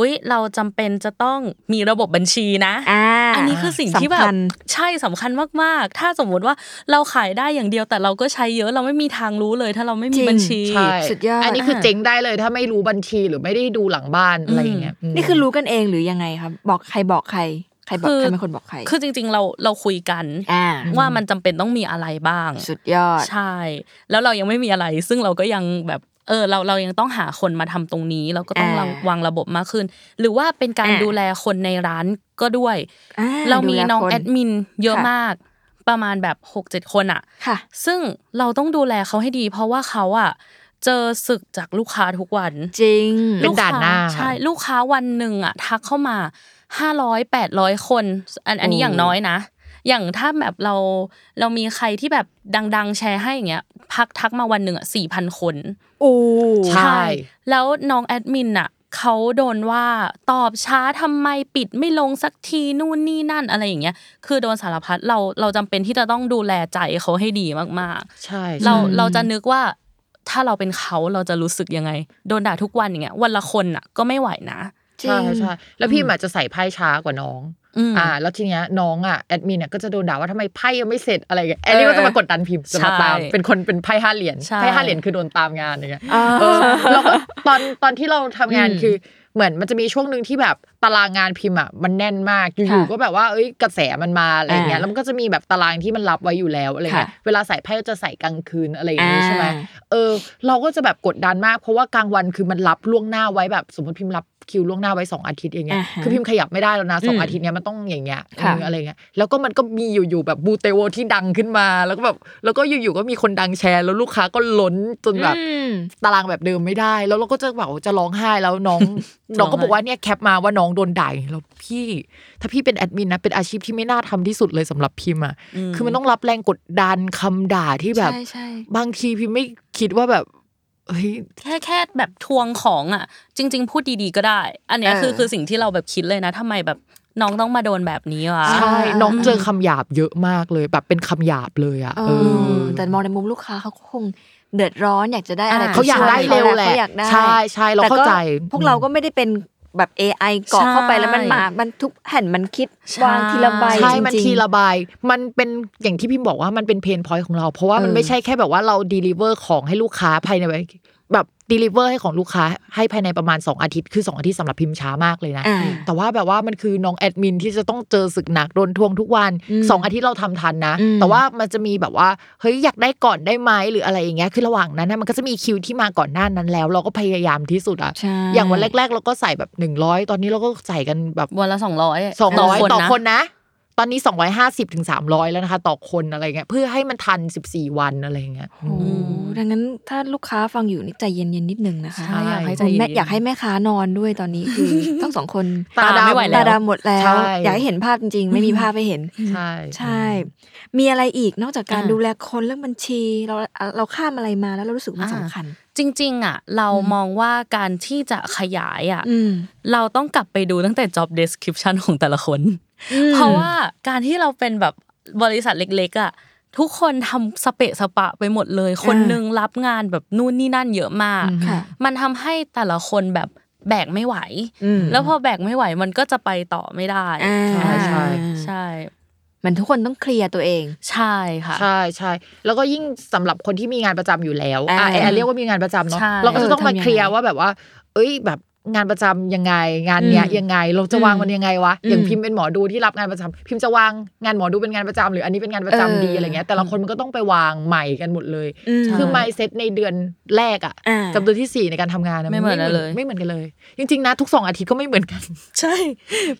อุ๊ยเราจำเป็นจะต้องมีระบบบัญชีนะ
อ่า
อันนี้คือสิ่งที่แบบ
สำคัญ
ใช่สำคัญมากๆ ถ้าสมมุติว่าเราขายได้อย่างเดียวแต่เราก็ใช้เยอะเราไม่มีทางรู้เลย ถ้าเราไม่
จ
มี
ริง
บัญชี
ใช่
สุดยอด
อันนี้คือเจ๊งได้เลยถ้าไม่รู้บัญชีหรือไม่ได้ดูหลังบ้านอะไรอย่างเงี้ยม
นี่คือรู้กันเองหรือยังไงครับ บอกใครบอกใคร ใครบอก
คือ
ใครเป็นคนบอกใคร
คือจริง ๆ เราเราคุยกัน
อ่า
ว่ามันจำเป็นต้องมีอะไรบ้าง
สุดยอด
ใช่ แล้วเรายังไม่มีอะไร ซึ่งเราก็ยังแบบเออเราเรายังต้องหาคนมาทำตรงนี้ เราก็ต้อ
อ่าว
งางวางระบบมากขึ้น หรือว่าเป็นการ
อ่า
ดูแลคนในร้านก็ด้วย
อ่
เรามี
ดูแล
น้อง
ค
แอดมินเยอะ
ค่ะ
มาก ประมาณแบบ6กเจ็ดคนอะ
ค่ะ
ซึ่งเราต้องดูแลเขาให้ดี เพราะว่าเขาอะเจอศึกจากลูกค้าทุกวัน
จริง
เป็น ด่านหน้า
ลูกค้ใช่ลูกค้าวันหนึ่งอะทักเข้ามา 500 800 คน อันอันนี้
โอ้
อย่างน้อยนะ อย่างถ้าแบบเราเรามีใครที่แบบดัง ๆ แชร์ให้อย่างเงี้ยพักทักมาวันหนึ่งอะสี่พันคน
โอ้
ใช่
แล้วน้องแอดมินน่ะเขาโดนว่าตอบช้าทำไมปิดไม่ลงสักทีนู่นนี่นั่นอะไรอย่างเงี้ย คือโดนสารพัดเราเราจำเป็นที่จะต้องดูแลใจเขาให้ดีมาก
ใช่
ๆ เราเราจะนึกว่าถ้าเราเป็นเขาเราจะรู้สึกยังไง โดนด่าทุกวันอย่างเงี้ยวันละคนน่ะก็ไม่ไหวนะ
จริ
ใช่
ง
ใช่แล้วพี่อาจจะใส่ไพ่ช้ากว่าน้อง
อืม
อ่าแล้วทีเนี้ยน้องอ่ะแอดมินเนี่ยก็จะโดนด่าว่าทำไมไพ่ยังไม่เสร็จอะไรอย่างเงี้ยแอนนี่ก็จะมากดดันพิมพ์จะมาตาม
ใช่
เป็นคนเป็นไพ่ห้าเหรียญ
ใช่
ไพ่ห้าเหรียญคือโดนตามงานอย่างเงี้ยเออเราก็ตอนตอนที่เราทำงานคือ เหมือนมันจะมีช่วงหนึ่งที่แบบตารางงานพิมพ์อ่ะมันแน่นมากอยู่
ค่ะ
ๆก็แบบว่าเอ้ยกระแสมันมาอะไรอย่างเงี้ย
อ่า
แล้วมันก็จะมีแบบตารางที่มันรับไว้อยู่แล้วอะไรเงี้ย
ค่ะ
เวลาใส่ไพ่ก็จะใส่กลางคืนอะไรอย่างงี้ใช่ไหม เออเราก็จะแบบกดดันมาก เพราะว่ากลางวันคือมันรับล่วงหน้าไว้แบบ สมมติพิมพ์รับคิวล่วงหน้าไว้สองอาทิตย์อย่างเงี้ย
อ่าฮะ
คือพิมพ์ขยับไม่ได้แล้วนะสอ
อื
ง
ม
อาทิตย์เนี้ยมันต้องอย่างเงี้ย
ค่ะ
เอออะไรเงี้ยแล้วก็มันก็มีอยู่ๆแบบบูเตโวที่ดังขึ้นมา แล้วก็แบบแล้วก็อยู่ๆก็มีคนดังแชร์ แล้วลูกค้าก็ล้นจนแบบ
อืม
ตารางแบบเดิมไม่ได้ แล้วเราก็จะแบบจะร้องไห้แล้ว น้อง น้องก็บอกว่าเนี่ยแคปมาว่าน้องโดนด่าอย่างเงี้ยแล้วพี่ ถ้าพี่เป็นแอดมินนะเป็นอาชีพที่ไม่น่าทำที่สุดเลยสำหรับพิมพ์อ่ะคือมันต้องรับแรงกดดันคำด่าที่แบบ
ใช่ใช่
บางทีพิมไม่คิดว่าแบบเฮ้ย
แค่แค่แบบทวงของอ่ะ จริง ๆ พูดดีๆก็ได้ อันเนี้ยคือ
เออ
คือสิ่งที่เราแบบคิดเลยนะทำไมแบบน้องต้องมาโดนแบบนี้วะ
ใช่น้องเจอคำหยาบเยอะมากเลย แบบเป็นคำหยาบเลยอ่ะ
เอ
เอ
อ
อ
แต่มองในมุมลูกค้าเขาก็คงเดือดร้อนอยากจะได้อะไร
อ่า
เขาอยากได้เร็วแหละ
เขาอยากได้
ใช่ใช่เราเข้าใจ
แต่ก็พวกเราก็ไม่ได้เป็นแบบ AI กรอกเข้าไปแล้วมันมามันทุกแผ่นมันคิด
ใช่
วางทีละใบ
ใช่
จริงๆ
มันทีระบาย มันเป็นอย่างที่พิมบอกว่ามันเป็นเพนพอยของเรา เพราะว่ามัน
เออ
ไม่ใช่แค่แบบว่าเราด e ลิเวอร์ของให้ลูกค้าภายในแบบด e ลิเวอร์ให้ของลูกค้าให้ภายในประมาณ 2 อาทิตย์คือ 2 อาทิตย์สำหรับพิมพ์ช้ามากเลยนะ
อ่า
แต่ว่าแบบว่ามันคือน้องแอดมินที่จะต้องเจอศึกหนักโดนทวงทุกวัน
อืม
สองอาทิตย์เราทำทันนะ
อืม
แต่ว่ามันจะมีแบบว่าเฮ้ยอยากได้ก่อนได้ไหมหรืออะไรอย่างเงี้ยคือระหว่างนั้นนะมันก็จะมีคิวที่มาก่อนหน้านั้นแล้ว เราก็พยายามที่สุดอะ
ใช่
อย่างวันแรก ๆ เราก็ใส่แบบ100ตอนนี้เราก็ใส่กันแบบ
วันละสองร้อย
สองร้อยต่อ
นะ
คนนะ ตอนนี้ 250ถึง300 แล้วนะคะต่อคนอะไรเงี้ยเพื่อให้มันทัน 14 วันอะไรเงี้ยอื
โอ้
ม
ดังนั้นถ้าลูกค้าฟังอยู่นี่ใจเย็นๆนิดนึงนะคะ
ใช่อยากให้ใจ
แม่
เย็นๆ
อยากให้แม่ค้านอนด้วยตอนนี้ คือ ทั้งสองคน
ตาดำ
ไม่ไหวแล้ว
ตาดำหมดแล้ว
ใช่
อยากให้เห็นภาพจริงๆ ไม่มีภาพให้เห็น
ใช่
ใช่ มีอะไรอีกนอกจากการ
อ่า
ดูแลคนเรื่องบัญชี เราเราข้ามอะไรมาแล้วเรารู้สึกมัน
อ่า
สำคัญ
จริง ๆ อ่ะ เรามองว่าการที่จะขยายอ่ะ
อืม
เราต้องกลับไปดูตั้งแต่ job description ของแต่ละคน เพราะว่าการที่เราเป็นแบบบริษัทเล็ก ๆอ่ะทุกคนทำสเปะสปะไปหมดเลย คน
อ่า
นึงรับงานแบบนู่นนี่นั่นเยอะมาก
อืม
ค่ะ
มันทำให้แต่ละคนแบบแบกไม่ไหว
อืม
แล้วพอแบกไม่ไหวมันก็จะไปต่อไม่ได้
อ่า
ใช่ใช่
ใช่
มันทุกคนต้องเคลียร์ตัวเอง
ใช่ค่ะ
ใช่ใช่แล้วก็ยิ่งสำหรับคนที่มีงานประจำอยู่แล้ว
อ่า
อ่ะแอนเรียกว่ามีงานประจำเนาะ
ใช่
เราก็จะต้องมา
เออทำยังไง
เคลียร์ว่าแบบว่า เอ้ยแบบงานประจำยังไง งานเนี้ย
อืม
ยังไงเราจะวางมันยังไงวะ
อืม
อย่างพิมพ์เป็นหมอดูที่รับงานประจำพิมพ์จะวางงานหมอดูเป็นงานประจำหรืออันนี้เป็นงานประจำ
เออ
ดีอะไรเงี้ยแต่ละคนมันก็ต้องไปวางใหม่กันหมดเลย
ม
คือ mindset ในเดือนแรกอ่ะ
อ่า
กับเดือนที่สี่ในการทำงานอะ
ไม่เหมือนกันเลย
ไม่เหมือนกันเลย จริงๆนะทุกสองอาทิตย์ก็ไม่เหมือนกัน
ใช่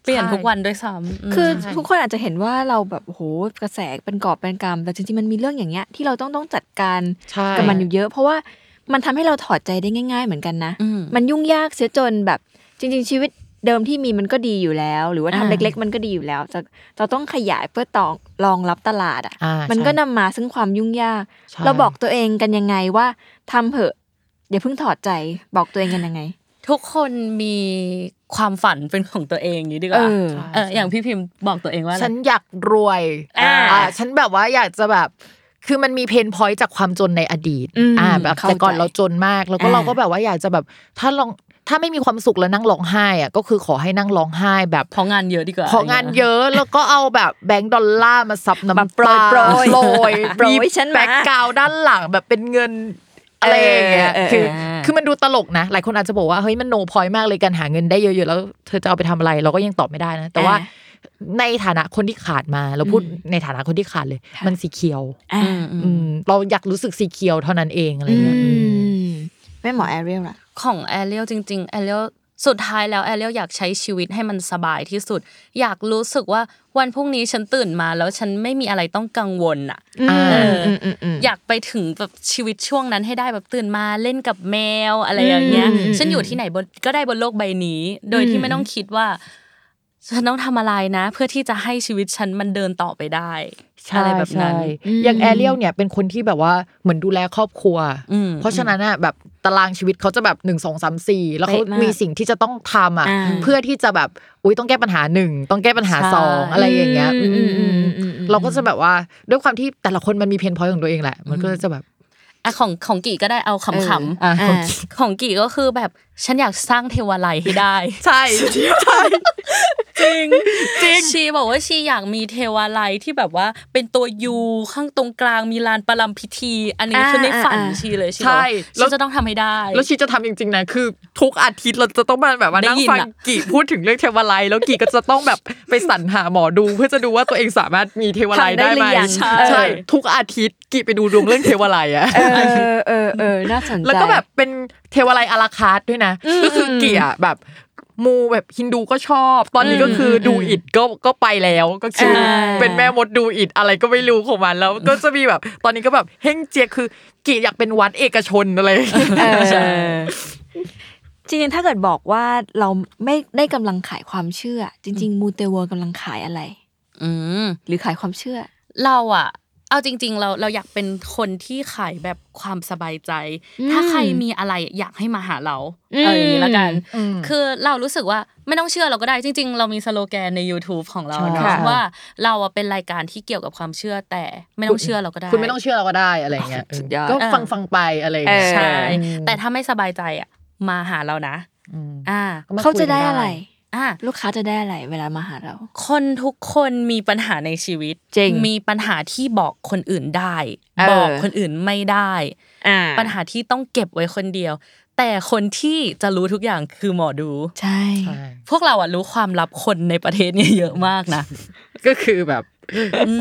เปลี่ยนทุกวันด้วยซ้ำ
คือ
ใช่
ทุกคนอาจจะเห็นว่าเราแบบโอ้โหกระแสเป็นกอบเป็นกรรม แต่จริงๆมันมีเรื่องอย่างเงี้ยที่เราต้องต้องจัดการ
ใช่
กับมันอยู่เยอะ เพราะว่ามันทำให้เราถอดใจได้ง่าย ๆ เหมือนกันนะ
อืม
มันยุ่งยากเสียจนแบบจริง ๆ ชีวิตเดิมที่มีมันก็ดีอยู่แล้ว หรือว่าทำ
อ่า
เล็ก ๆ มันก็ดีอยู่แล้วแต่เราต้องขยายเพื่อตองรองรับตลาดอ่ะ
อ่า
มัน
ใช่
ก็นำมาซึ่งความยุ่งยาก
ใช่
เราบอกตัวเองกันยังไงว่าทำเถอะอย่าเพิ่งถอดใจบอกตัวเองกันยังไง
ทุกคนมีความฝันเป็นของตัวเองอย่างนี้ดีกว่า
เออ
เอออย่างพี่พิมพ์บอกตัวเองว่าอะไร
ฉันอยากรวย
อ่า
อ่าฉันแบบว่าอยากจะแบบ คือมันมีเพนพอยต์จากความจนในอดีต
อืม
แบบ
เข้า
แต่ก่อน
ใจ
เราจนมาก แล้วก็
อ่า
เราก็แบบว่าอยากจะแบบ ถ้าลองถ้าไม่มีความสุขแล้วนั่งร้องไห้อะก็คือขอให้นั่งร้องไห้แบบ
เพราะงานเยอะดีกว่า
เพราะงานเยอะแล้วก็เอาแบบแบงก์ดอลลาร์มาซับน้ำตา
มาโปรยโปรย
โปรย
โปรย
มี
ฉันมา
แบ็กกราวด์ด้านหลังแบบเป็นเงินอะไรอย่างเงี้ย
เออเออ
คือ คือมันดูตลกนะ หลายคนอาจจะบอกว่าเฮ้ยมันโนพอยมากเลยการหาเงินได้เยอะๆแล้วเธอจะเอาไปทำอะไรเราก็ยังตอบไม่ได้นะ แต่ว่า
อ่า
ในฐานะคนที่ขาดมาเราพูด
อืม
ในฐานะคนที่ขาดเลย มันสีเขียว
อ่ะ
อืมอืม
อืมเราอยากรู้สึกสีเขียวเท่านั้นเองอะไร
อื
เงี้ยอืม
มแม่หมอแอเรียลล่ะ
ของแอเรียลจริงๆแอเรียลสุดท้ายแล้วแอเรียลอยากใช้ชีวิตให้มันสบายที่สุด อยากรู้สึกว่าวันพรุ่งนี้ฉันตื่นมา แล้วฉันไม่มีอะไรต้องกังวลอ่ะ
อ่า
เอออ
มอืมอืม
อยากไปถึงแบบชีวิตช่วงนั้นให้ได้แบบตื่นมาเล่นกับแมวอะไรอย่างเงี้ย
อืมอืม
ฉันอยู่ที่ไหนบนก็ได้บนโลกใบนี้ โดย
อื
ที่
ม
ไม่ต้องคิดว่า ฉันต้องทำอะไรนะ เพื่อที่จะให้ชีวิตฉันมันเดินต่อไปได้ อะไรแบบนั้น
ใช่
อืม
อย่างแอเรียลเนี่ยเป็นคนที่แบบว่าเหมือนดูแลครอบครัว
อืม
เพราะฉะนั้นอ่ะแบบตารางชีวิตเขาจะแบบหนึ่งสองสามสี่แล้วเขา
เป๊ะมาก
มีสิ่งที่จะต้องทำอ่ะ
อ่า
เพื่อที่จะแบบอุ้ยต้องแก้ปัญหาหนึ่งต้องแก้ปัญหา
ใช่
สองอะไรอย่างเงี้ย
อืมอืมอื
อื
ม
ม
อืมอืม
เราก็จะแบบว่าด้วยความที่แต่ละคนมันมีเพนพอยต์ของตัวเองแหละ มันก็จะแบบ
อ่ะของของกี่ก็ได้เอาข
เออ
ำ
อ่ะ
อ่า
ของ
ๆของกี่ก็คือแบบฉันอยากสร้างเทวาลัยให้ได้
ใช่ใช่
จริงจริงชีบอกว่าชีอยากมีเทวาลัยที่แบบว่าเป็นตัวยูข้างตรงกลางมีลานประลำพิธี อันนี้
อ่า
คือในฝัน
อ่า
ชีเลยชี
ใช่
บอกว่า
แล้ว
ชีจะต้องทำให้ได้
แล้วชีจะทำจริงๆนะคือ ทุกอาทิตย์เราจะต้องมาแบบว่า
ได้
นั่ง
ยิน
ฟัง
อะ
กี่พูดถึงเรื่องเทวาลัยแล้วกี่ก็จะต้องแบบไปสรรหาหมอดู เพื่อจะดูว่าตัวเองสามารถมีเทวาลัย
ทำได้
ได้ไห
ห
ม
รือยังใช่
ใช่ทุกอาทิตย์กี่ไปดูดวงเรื่องเทวาลัยอะ
เออเออเออน่าสนใจ
แล้วก็แบบเป็นเทวาลัยอาราคาร์ด้วยนะ ก็คือเกียแบบมูแบบฮินดูก็ชอบ ตอนนี้ก็คืออ
ม
ดูอิดก็ก็ไปแล้วก็คืออา เป็นแม่มดดูอิดอะไรก็ไม่รู้ของมันแล้วก็จะมีแบบตอนนี้ก็แบบเฮงเจียคือเกียอยากเป็นวัดเอกชนอะไรอย่างเงี้ย
เออ
ใช่
จริงๆ ถ้าเกิดบอกว่าเราไม่ได้กำลังขายความเชื่อ จริง ๆ มูเตเวอร์กำลังขายอะไร
อืม
หรือขายความเชื่อ
เราอะเอาจริง ๆ เราเราอยากเป็นคนที่ขายแบบความสบายใจ
อืม
ถ้าใครมีอะไรอยากให้มาหาเรา
อืม
เอออย่างนี้ละกัน
อืม
คือเรารู้สึกว่าไม่ต้องเชื่อเราก็ได้จริง ๆ เรามีสโลแกนใน YouTube ของเรา
ใช่
เนอะ
ค่ะ
ว่าเราอะเป็นรายการที่เกี่ยวกับความเชื่อแต่ไม่ต้องเชื่อเราก็ได้
คุณไม่ต้องเชื่อเราก็ได้อะไรอย่างเงี้ย
สุดยอด
ก็
อ่า
ฟังฟังๆไปอะไรอย่างเงี้ย
เออ
ใช่
อืม
แต่ถ้าไม่สบายใจอะมาหาเรานะ
อืม
อ่า
ก็มคุย
เขาจะได้อะไร
อ่า
ลูกค้าจะได้อะไร เวลามาหาเรา
คนทุกคนมีปัญหาในชีวิต
จริง
มีปัญหาที่บอกคนอื่นได้
เออ
บอกคนอื่นไม่ได้
อ่า
ปัญหาที่ต้องเก็บไว้คนเดียว แต่คนที่จะรู้ทุกอย่างคือหมอดู
ใช่
ใช่
พวกเราอะรู้ความลับคนในประเทศเนี่ยเยอะมากนะ
ก็คือแบบ
อืม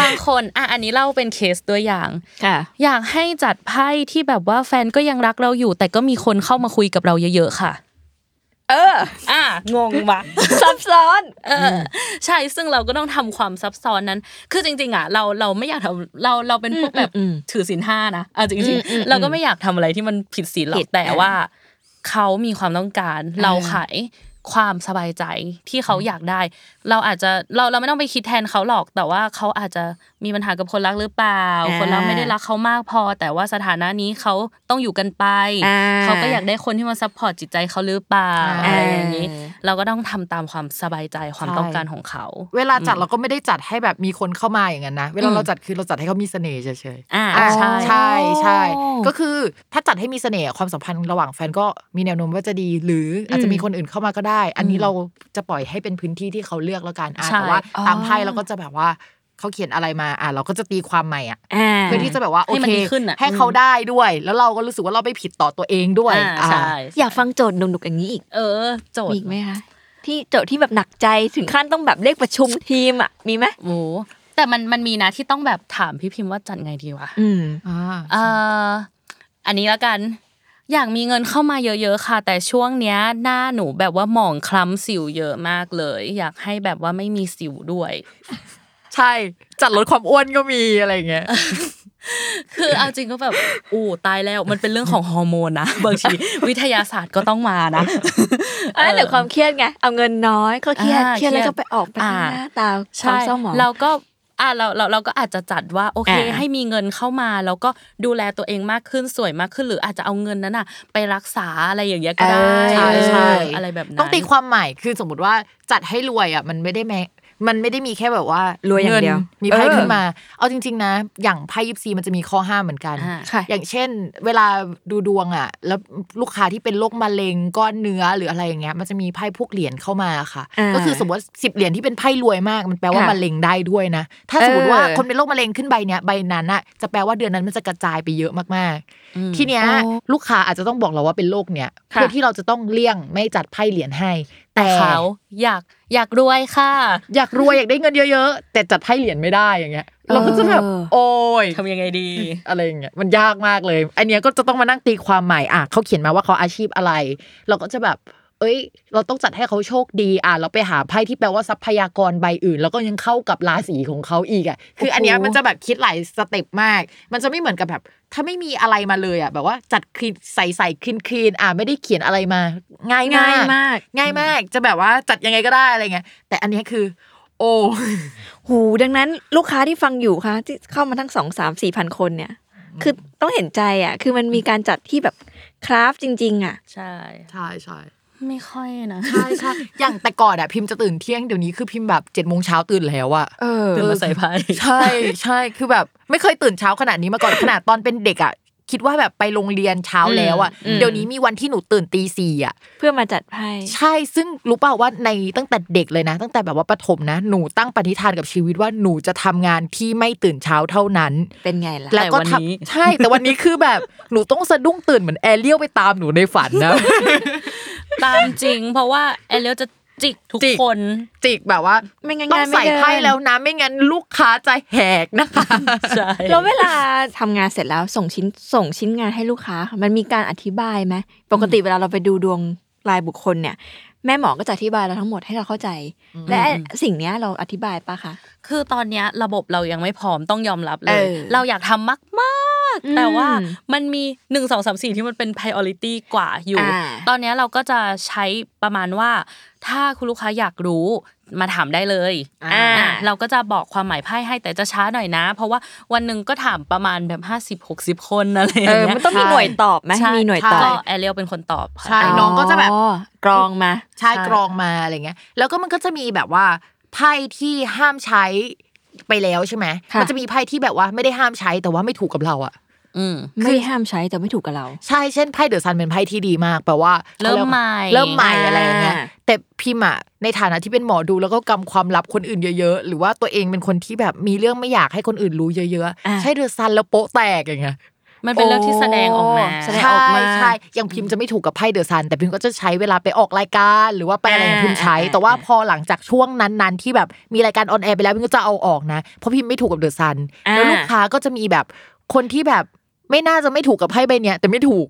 บางคนอ่ะอันนี้เล่าเป็นเคสตัวอย่าง
ค่ะ
อยากให้จัดไพ่ที่แบบว่าแฟนก็ยังรักเราอยู่ แต่ก็มีคนเข้ามาคุยกับเราเยอะๆค่ะ
เออ
อ่ะงง ปะ
ซับซ้อน
เออใช่ซึ่งเราก็ต้องทำความซับซ้อนนั้น คือจริง ๆอ่ะเราเราไม่อยากทำเราเราเป็นพวกแบบ
อืมอืม
ถือศีลห้านะเอาจ
อื
ริง
มอืม
ๆ เราก็ไม่อยากทำอะไรที่มันผิดศีลหรอ
ผิ
ก
ด
แต่
เออ
ว่าเขามีความต้องการ เราขายความสบายใจที่เขาอยากได้ เราอาจจะเราเราไม่ต้องไปคิดแทนเขาหรอก แต่ว่าเขาอาจจะมีปัญหากับคนรักหรือเปล่า
อ่า
คนรักไม่ได้รักเขามากพอ แต่ว่าสถานะนี้เขาต้องอยู่กันไป
อ่า
เขาก็อยากได้คนที่มาซัพพอร์ตจิตใจเขาหรือเปล่าอะไรอย่างนี้ เราก็ต้องทำตามความสบายใจความต้องการของเขา
เวลาจัดเราก็ไม่ได้จัดให้แบบมีคนเข้ามาอย่างนั้นนะ เวลาเราจัดคือเราจัดให้เขามีเสน่ห์เฉยๆ
อ่า
อ่า
ใช่
ใช่ใช่
อ๋อ
ก็คือถ้าจัดให้มีเสน่ห์ความสัมพันธ์ระหว่างแฟนก็มีแนวโน้มว่าจะดี หรืออาจจะมีคนอื่นเข้ามาก็ได้ อันนี้เราจะปล่อยให้เป็นพื้นที่ที่เขาเลือกแล้วกันอ่ะ
ใช่
แต่ว่า
อ๋อ
ตามไพ่เราก็จะแบบว่าเขาเขียนอะไรมาอ่ะเราก็จะตีความใหม่อ่ะ
อ่า
เพื่อที่จะแบบว่าโอ
ให้มั
เคน
ดีขึ้นอะ
ให้เขาได้ด้วย แล้วเราก็รู้สึกว่าเราไม่ผิดต่อตัวเองด้วย
อ่า
อ่ะ
ใช่
อยากฟังโจทย์หนุกๆอย่างนี้อีก
เออ โจท
มี
ย์
อีกไหมคะ ที่โจทย์ที่แบบหนักใจถึงขั้นต้องแบบเรียกประชุมทีมอ่ะ มีไหม
โอ้แต่มันมันมีนะที่ต้องแบบถามพี่พิมพ์ว่าจัดไงดีวะ
อืม
อ่า
เอ่ออันนี้ละกัน อยากมีเงินเข้ามาเยอะๆค่ะ แต่ช่วงเนี้ย หน้าหนูแบบว่าหมองคล้ำสิวเยอะมากเลย อยากให้แบบว่าไม่มีสิวด้วย
ใช่จัดลดความอ้วนก็มีอะไรอย่างเงี้ย
คือเอาจริงก็แบบอู้ตายแล้วมันเป็นเรื่องของฮอร์โมนนะ บางทีวิทยาศาสตร์ก็ต้องมานะ
เอ้ยแต่ความเครียดไง เอาเงินน้อยก็เครียด
อ่า
เครียดแล้ว
เครียด
ก็ไปออกไป
อ่า
หน้าตาความเศร้าหมอง
เราก็อ่ะเราเราเราก็อาจจะจัดว่าโอเค
อ่า
ให้มีเงินเข้ามาแล้วก็ดูแลตัวเองมากขึ้นสวยมากขึ้น หรืออาจจะเอาเงินนั้นน่ะ ไปรักษาอะไรอย่างเงี้ยก็ได้
เออ
ใช่ใช่
เอออะไรแบบนั้น
ต้องตีความใหม่คือสมมติว่าจัดให้รวยอ่ะมันไม่ได้แม้มันไม่ได้มีแค่แบบว่าร
วยอย่างเดียว
มีไพ่
เออ
ขึ้นมา เอาจริง ๆ นะ อย่างไพ่ยิปซีมันจะมีข้อห้ามเหมือนกัน
อ่า
ค่ะ
อย่างเช่น เวลาดูดวงอ่ะ แล้วลูกค้าที่เป็นโรคมะเร็งก้อนเนื้อหรืออะไรอย่างเงี้ยมันจะมีไพ่พวกเหรียญเข้ามาค่ะ
อ่า
ก็คือสมมติสิบเหรียญที่เป็นไพ่รวยมาก มันแปลว่า
ค่ะ
มะเร็งได้ด้วยนะ ถ้าสมมติว่า
เออ
คนเป็นโรคมะเร็งขึ้นใบเนี้ยใบนั้นอ่ะจะแปลว่าเดือนนั้นมันจะกระจายไปเยอะมากๆ
อืม
ทีเนี้ย
อ๋อ
ลูกค้าอาจจะต้องบอกเราว่าเป็นโรคเนี้ย
ค่ะ
เพื่อที่เราจะต้องเลี่ยงไม่จัดไพ่เหรียญให้ แต่
เขาอยากอยากรวยค่ะ
อยากรวยอยากได้เงินเยอะๆแต่จัดไพ่เหรียญไม่ได้อย่างเงี้ย เราก็จะแบบ
เออ
โอ้ย
ทำยังไงดี
อะไรอย่างเงี้ยมันยากมากเลย อันเนี้ยก็จะต้องมานั่งตีความใหม่อ่ะเขาเขียนมาว่าเขาอาชีพอะไร เราก็จะแบบ เอ้ย เราต้องจัดให้เขาโชคดีอ่ะเราไปหาไพ่ที่แปลว่าทรัพยากรใบอื่น แล้วก็ยังเข้ากับราศีของเขาอีกอ่ะคืออันเนี้ยมันจะแบบคิดหลายสเต็ปมาก มันจะไม่เหมือนกับแบบ ถ้าไม่มีอะไรมาเลยอ่ะแบบว่าจัดคลีนใส่ใส่คลีนคลีนอ่ะไม่ได้เขียนอะไรมา ง่าย
ง่าย
มาก
มาก
ง่ายมากจะแบบว่าจัดยังไงก็ได้อะไรเงี้ยแต่อันเนี้ยคือ โอ้
หูดังนั้นลูกค้าที่ฟังอยู่ค่ะที่เข้ามาทั้งสองสามสี่พันคนเนี่ย คือต้องเห็นใจอ่ะ คือมันมีการจัดที่แบบคราฟจริง ๆ อ่ะ
ใช่
ใช่ใช่
ไม่ค่อยนะ
ใช่ใช่อย่างแต่ก่อนอ่ะพิมพ์จะตื่นเที่ยงเดี๋ยวนี้คือพิมพ์แบบเจ็ดโมงเช้าตื่นแล้วอ่ะ
เออ
ตื่นมาใส่ไพ่
ใช่ใช่คือแบบไม่เคยตื่นเช้าขนาดนี้มาก่อนขนาดตอนเป็นเด็กอ่ะ คิดว่าแบบไปโรงเรียนเช้าแล้วอ่ะ
อืม
เดี๋ยวนี้มีวันที่หนูตื่นตีสี่อ่ะ
เพื่อมาจัดไพ่
ใช่ซึ่งรู้เปล่าว่าในตั้งแต่เด็กเลยนะ ตั้งแต่แบบว่าประถมนะ หนูตั้งปณิธานกับชีวิตว่าหนูจะทำงานที่ไม่ตื่นเช้าเท่านั้น
เป็นไงล่ะ
แล้วก็
แต่วันนี้
ทำใช่ แต่วันนี้คือแบบ หนูต้องสะดุ้งตื่นเหมือนแอรเรียลไปตามหนูในฝันนะ
ตามจริง เพราะว่าแอลเลียวจะจิกทุก
จิก
คน
จิกแบบว่า
ไม่งั้น
ต้อง
งานไม่
ใส่
เดิน
ไพ่แล้วนะ ไม่งั้นลูกค้าจะแหกนะคะ
ใช่
แล้วเวลาทำงานเสร็จแล้วส่งชิ้นส่งชิ้นงานให้ลูกค้าค่ะมันมีการอธิบายไหมปกติเวลาเราไปดูดวงรายบุคคลเนี่ย แม่หมอก็จะอธิบายเราทั้งหมดให้เราเข้าใจ และสิ่งเนี้ยเราอธิบายปะคะ
คือตอนเนี้ยระบบเรายังไม่พร้อมต้องยอมรับเล
เอย อ
เราอยากทำมาก
อืม
ๆ แต่ว่ามันมี 1 2 3 4 ที่มันเป็น priority กว่าอยู่
อ่า
ตอนเนี้ยเราก็จะใช้ประมาณว่า ถ้าคุณลูกค้าอยากรู้มาถามได้เลย
อ่า
อ่ะเราก็จะบอกความหมายไพ่ให้แต่จะช้าหน่อยนะ เพราะว่าวันหนึ่งก็ถามประมาณแบบ 50 60 คนอะไรอ
เอย่าง อ
เงี้ย
มันต้องมีหน่วยตอบไหม
ใช่
มีหน่วย
ใช่
ตอบ
ก็แอเรียลเป็นคนตอบค่ะ
ใช่ น้องก็จะแบบ
อ๋อกรองมา
ใช่กรองมาอะไรเงี้ย แล้วก็มันก็จะมีแบบว่าไพ่ที่ห้ามใช้ไปแล้วใช่ไหม
ค่ะ
มัจะมีไพ่ที่แบบว่าไม่ได้ห้ามใช้แต่ว่าไม่ถูกกับเราอะ
อืม
ไม่ได้ห้ามใช้แต่ไม่ถูกกับเรา
ใช่เช่นไพ่เดอะซันเป็นไพ่ที่ดีมากแปลว่า
เริ่มใหม่
เริ่มใหม่อะไรอย่างเงี้ย
อ่า
แต่พิมอะในฐานะที่เป็นหมอดูแล้วก็กำความลับคนอื่นเยอะๆ หรือว่าตัวเองเป็นคนที่แบบมีเรื่องไม่อยากให้คนอื่นรู้เยอะๆใช่เดอะซันแล้วโป๊ะแตกอย่างเงี้ย
มันเป็นเรื่องที่แสดงออกมา
โอ้แสดงออกมา
ใช่ใช่อย่างพิมจะไม่ถูกกับไพ่เดอะซันแต่พิมก็จะใช้เวลาไปออกรายการหรือว่าไปอะไรอย่างเงี้ย
อ่า
พิมใช้
อ่า
แต่ว่าพอหลังจากช่วงนั้นๆที่แบบมีรายการออนแอร์ไปแล้วพิมก็จะเอาออกนะเพราะพิมไม่ถูกกับเดอะซัน แล้วลูกค้าก็จะมีแบบคนที่แบบไม่น่าจะไม่ถูกกับไพ่ใบเนี้ยแต่ไม่ถูก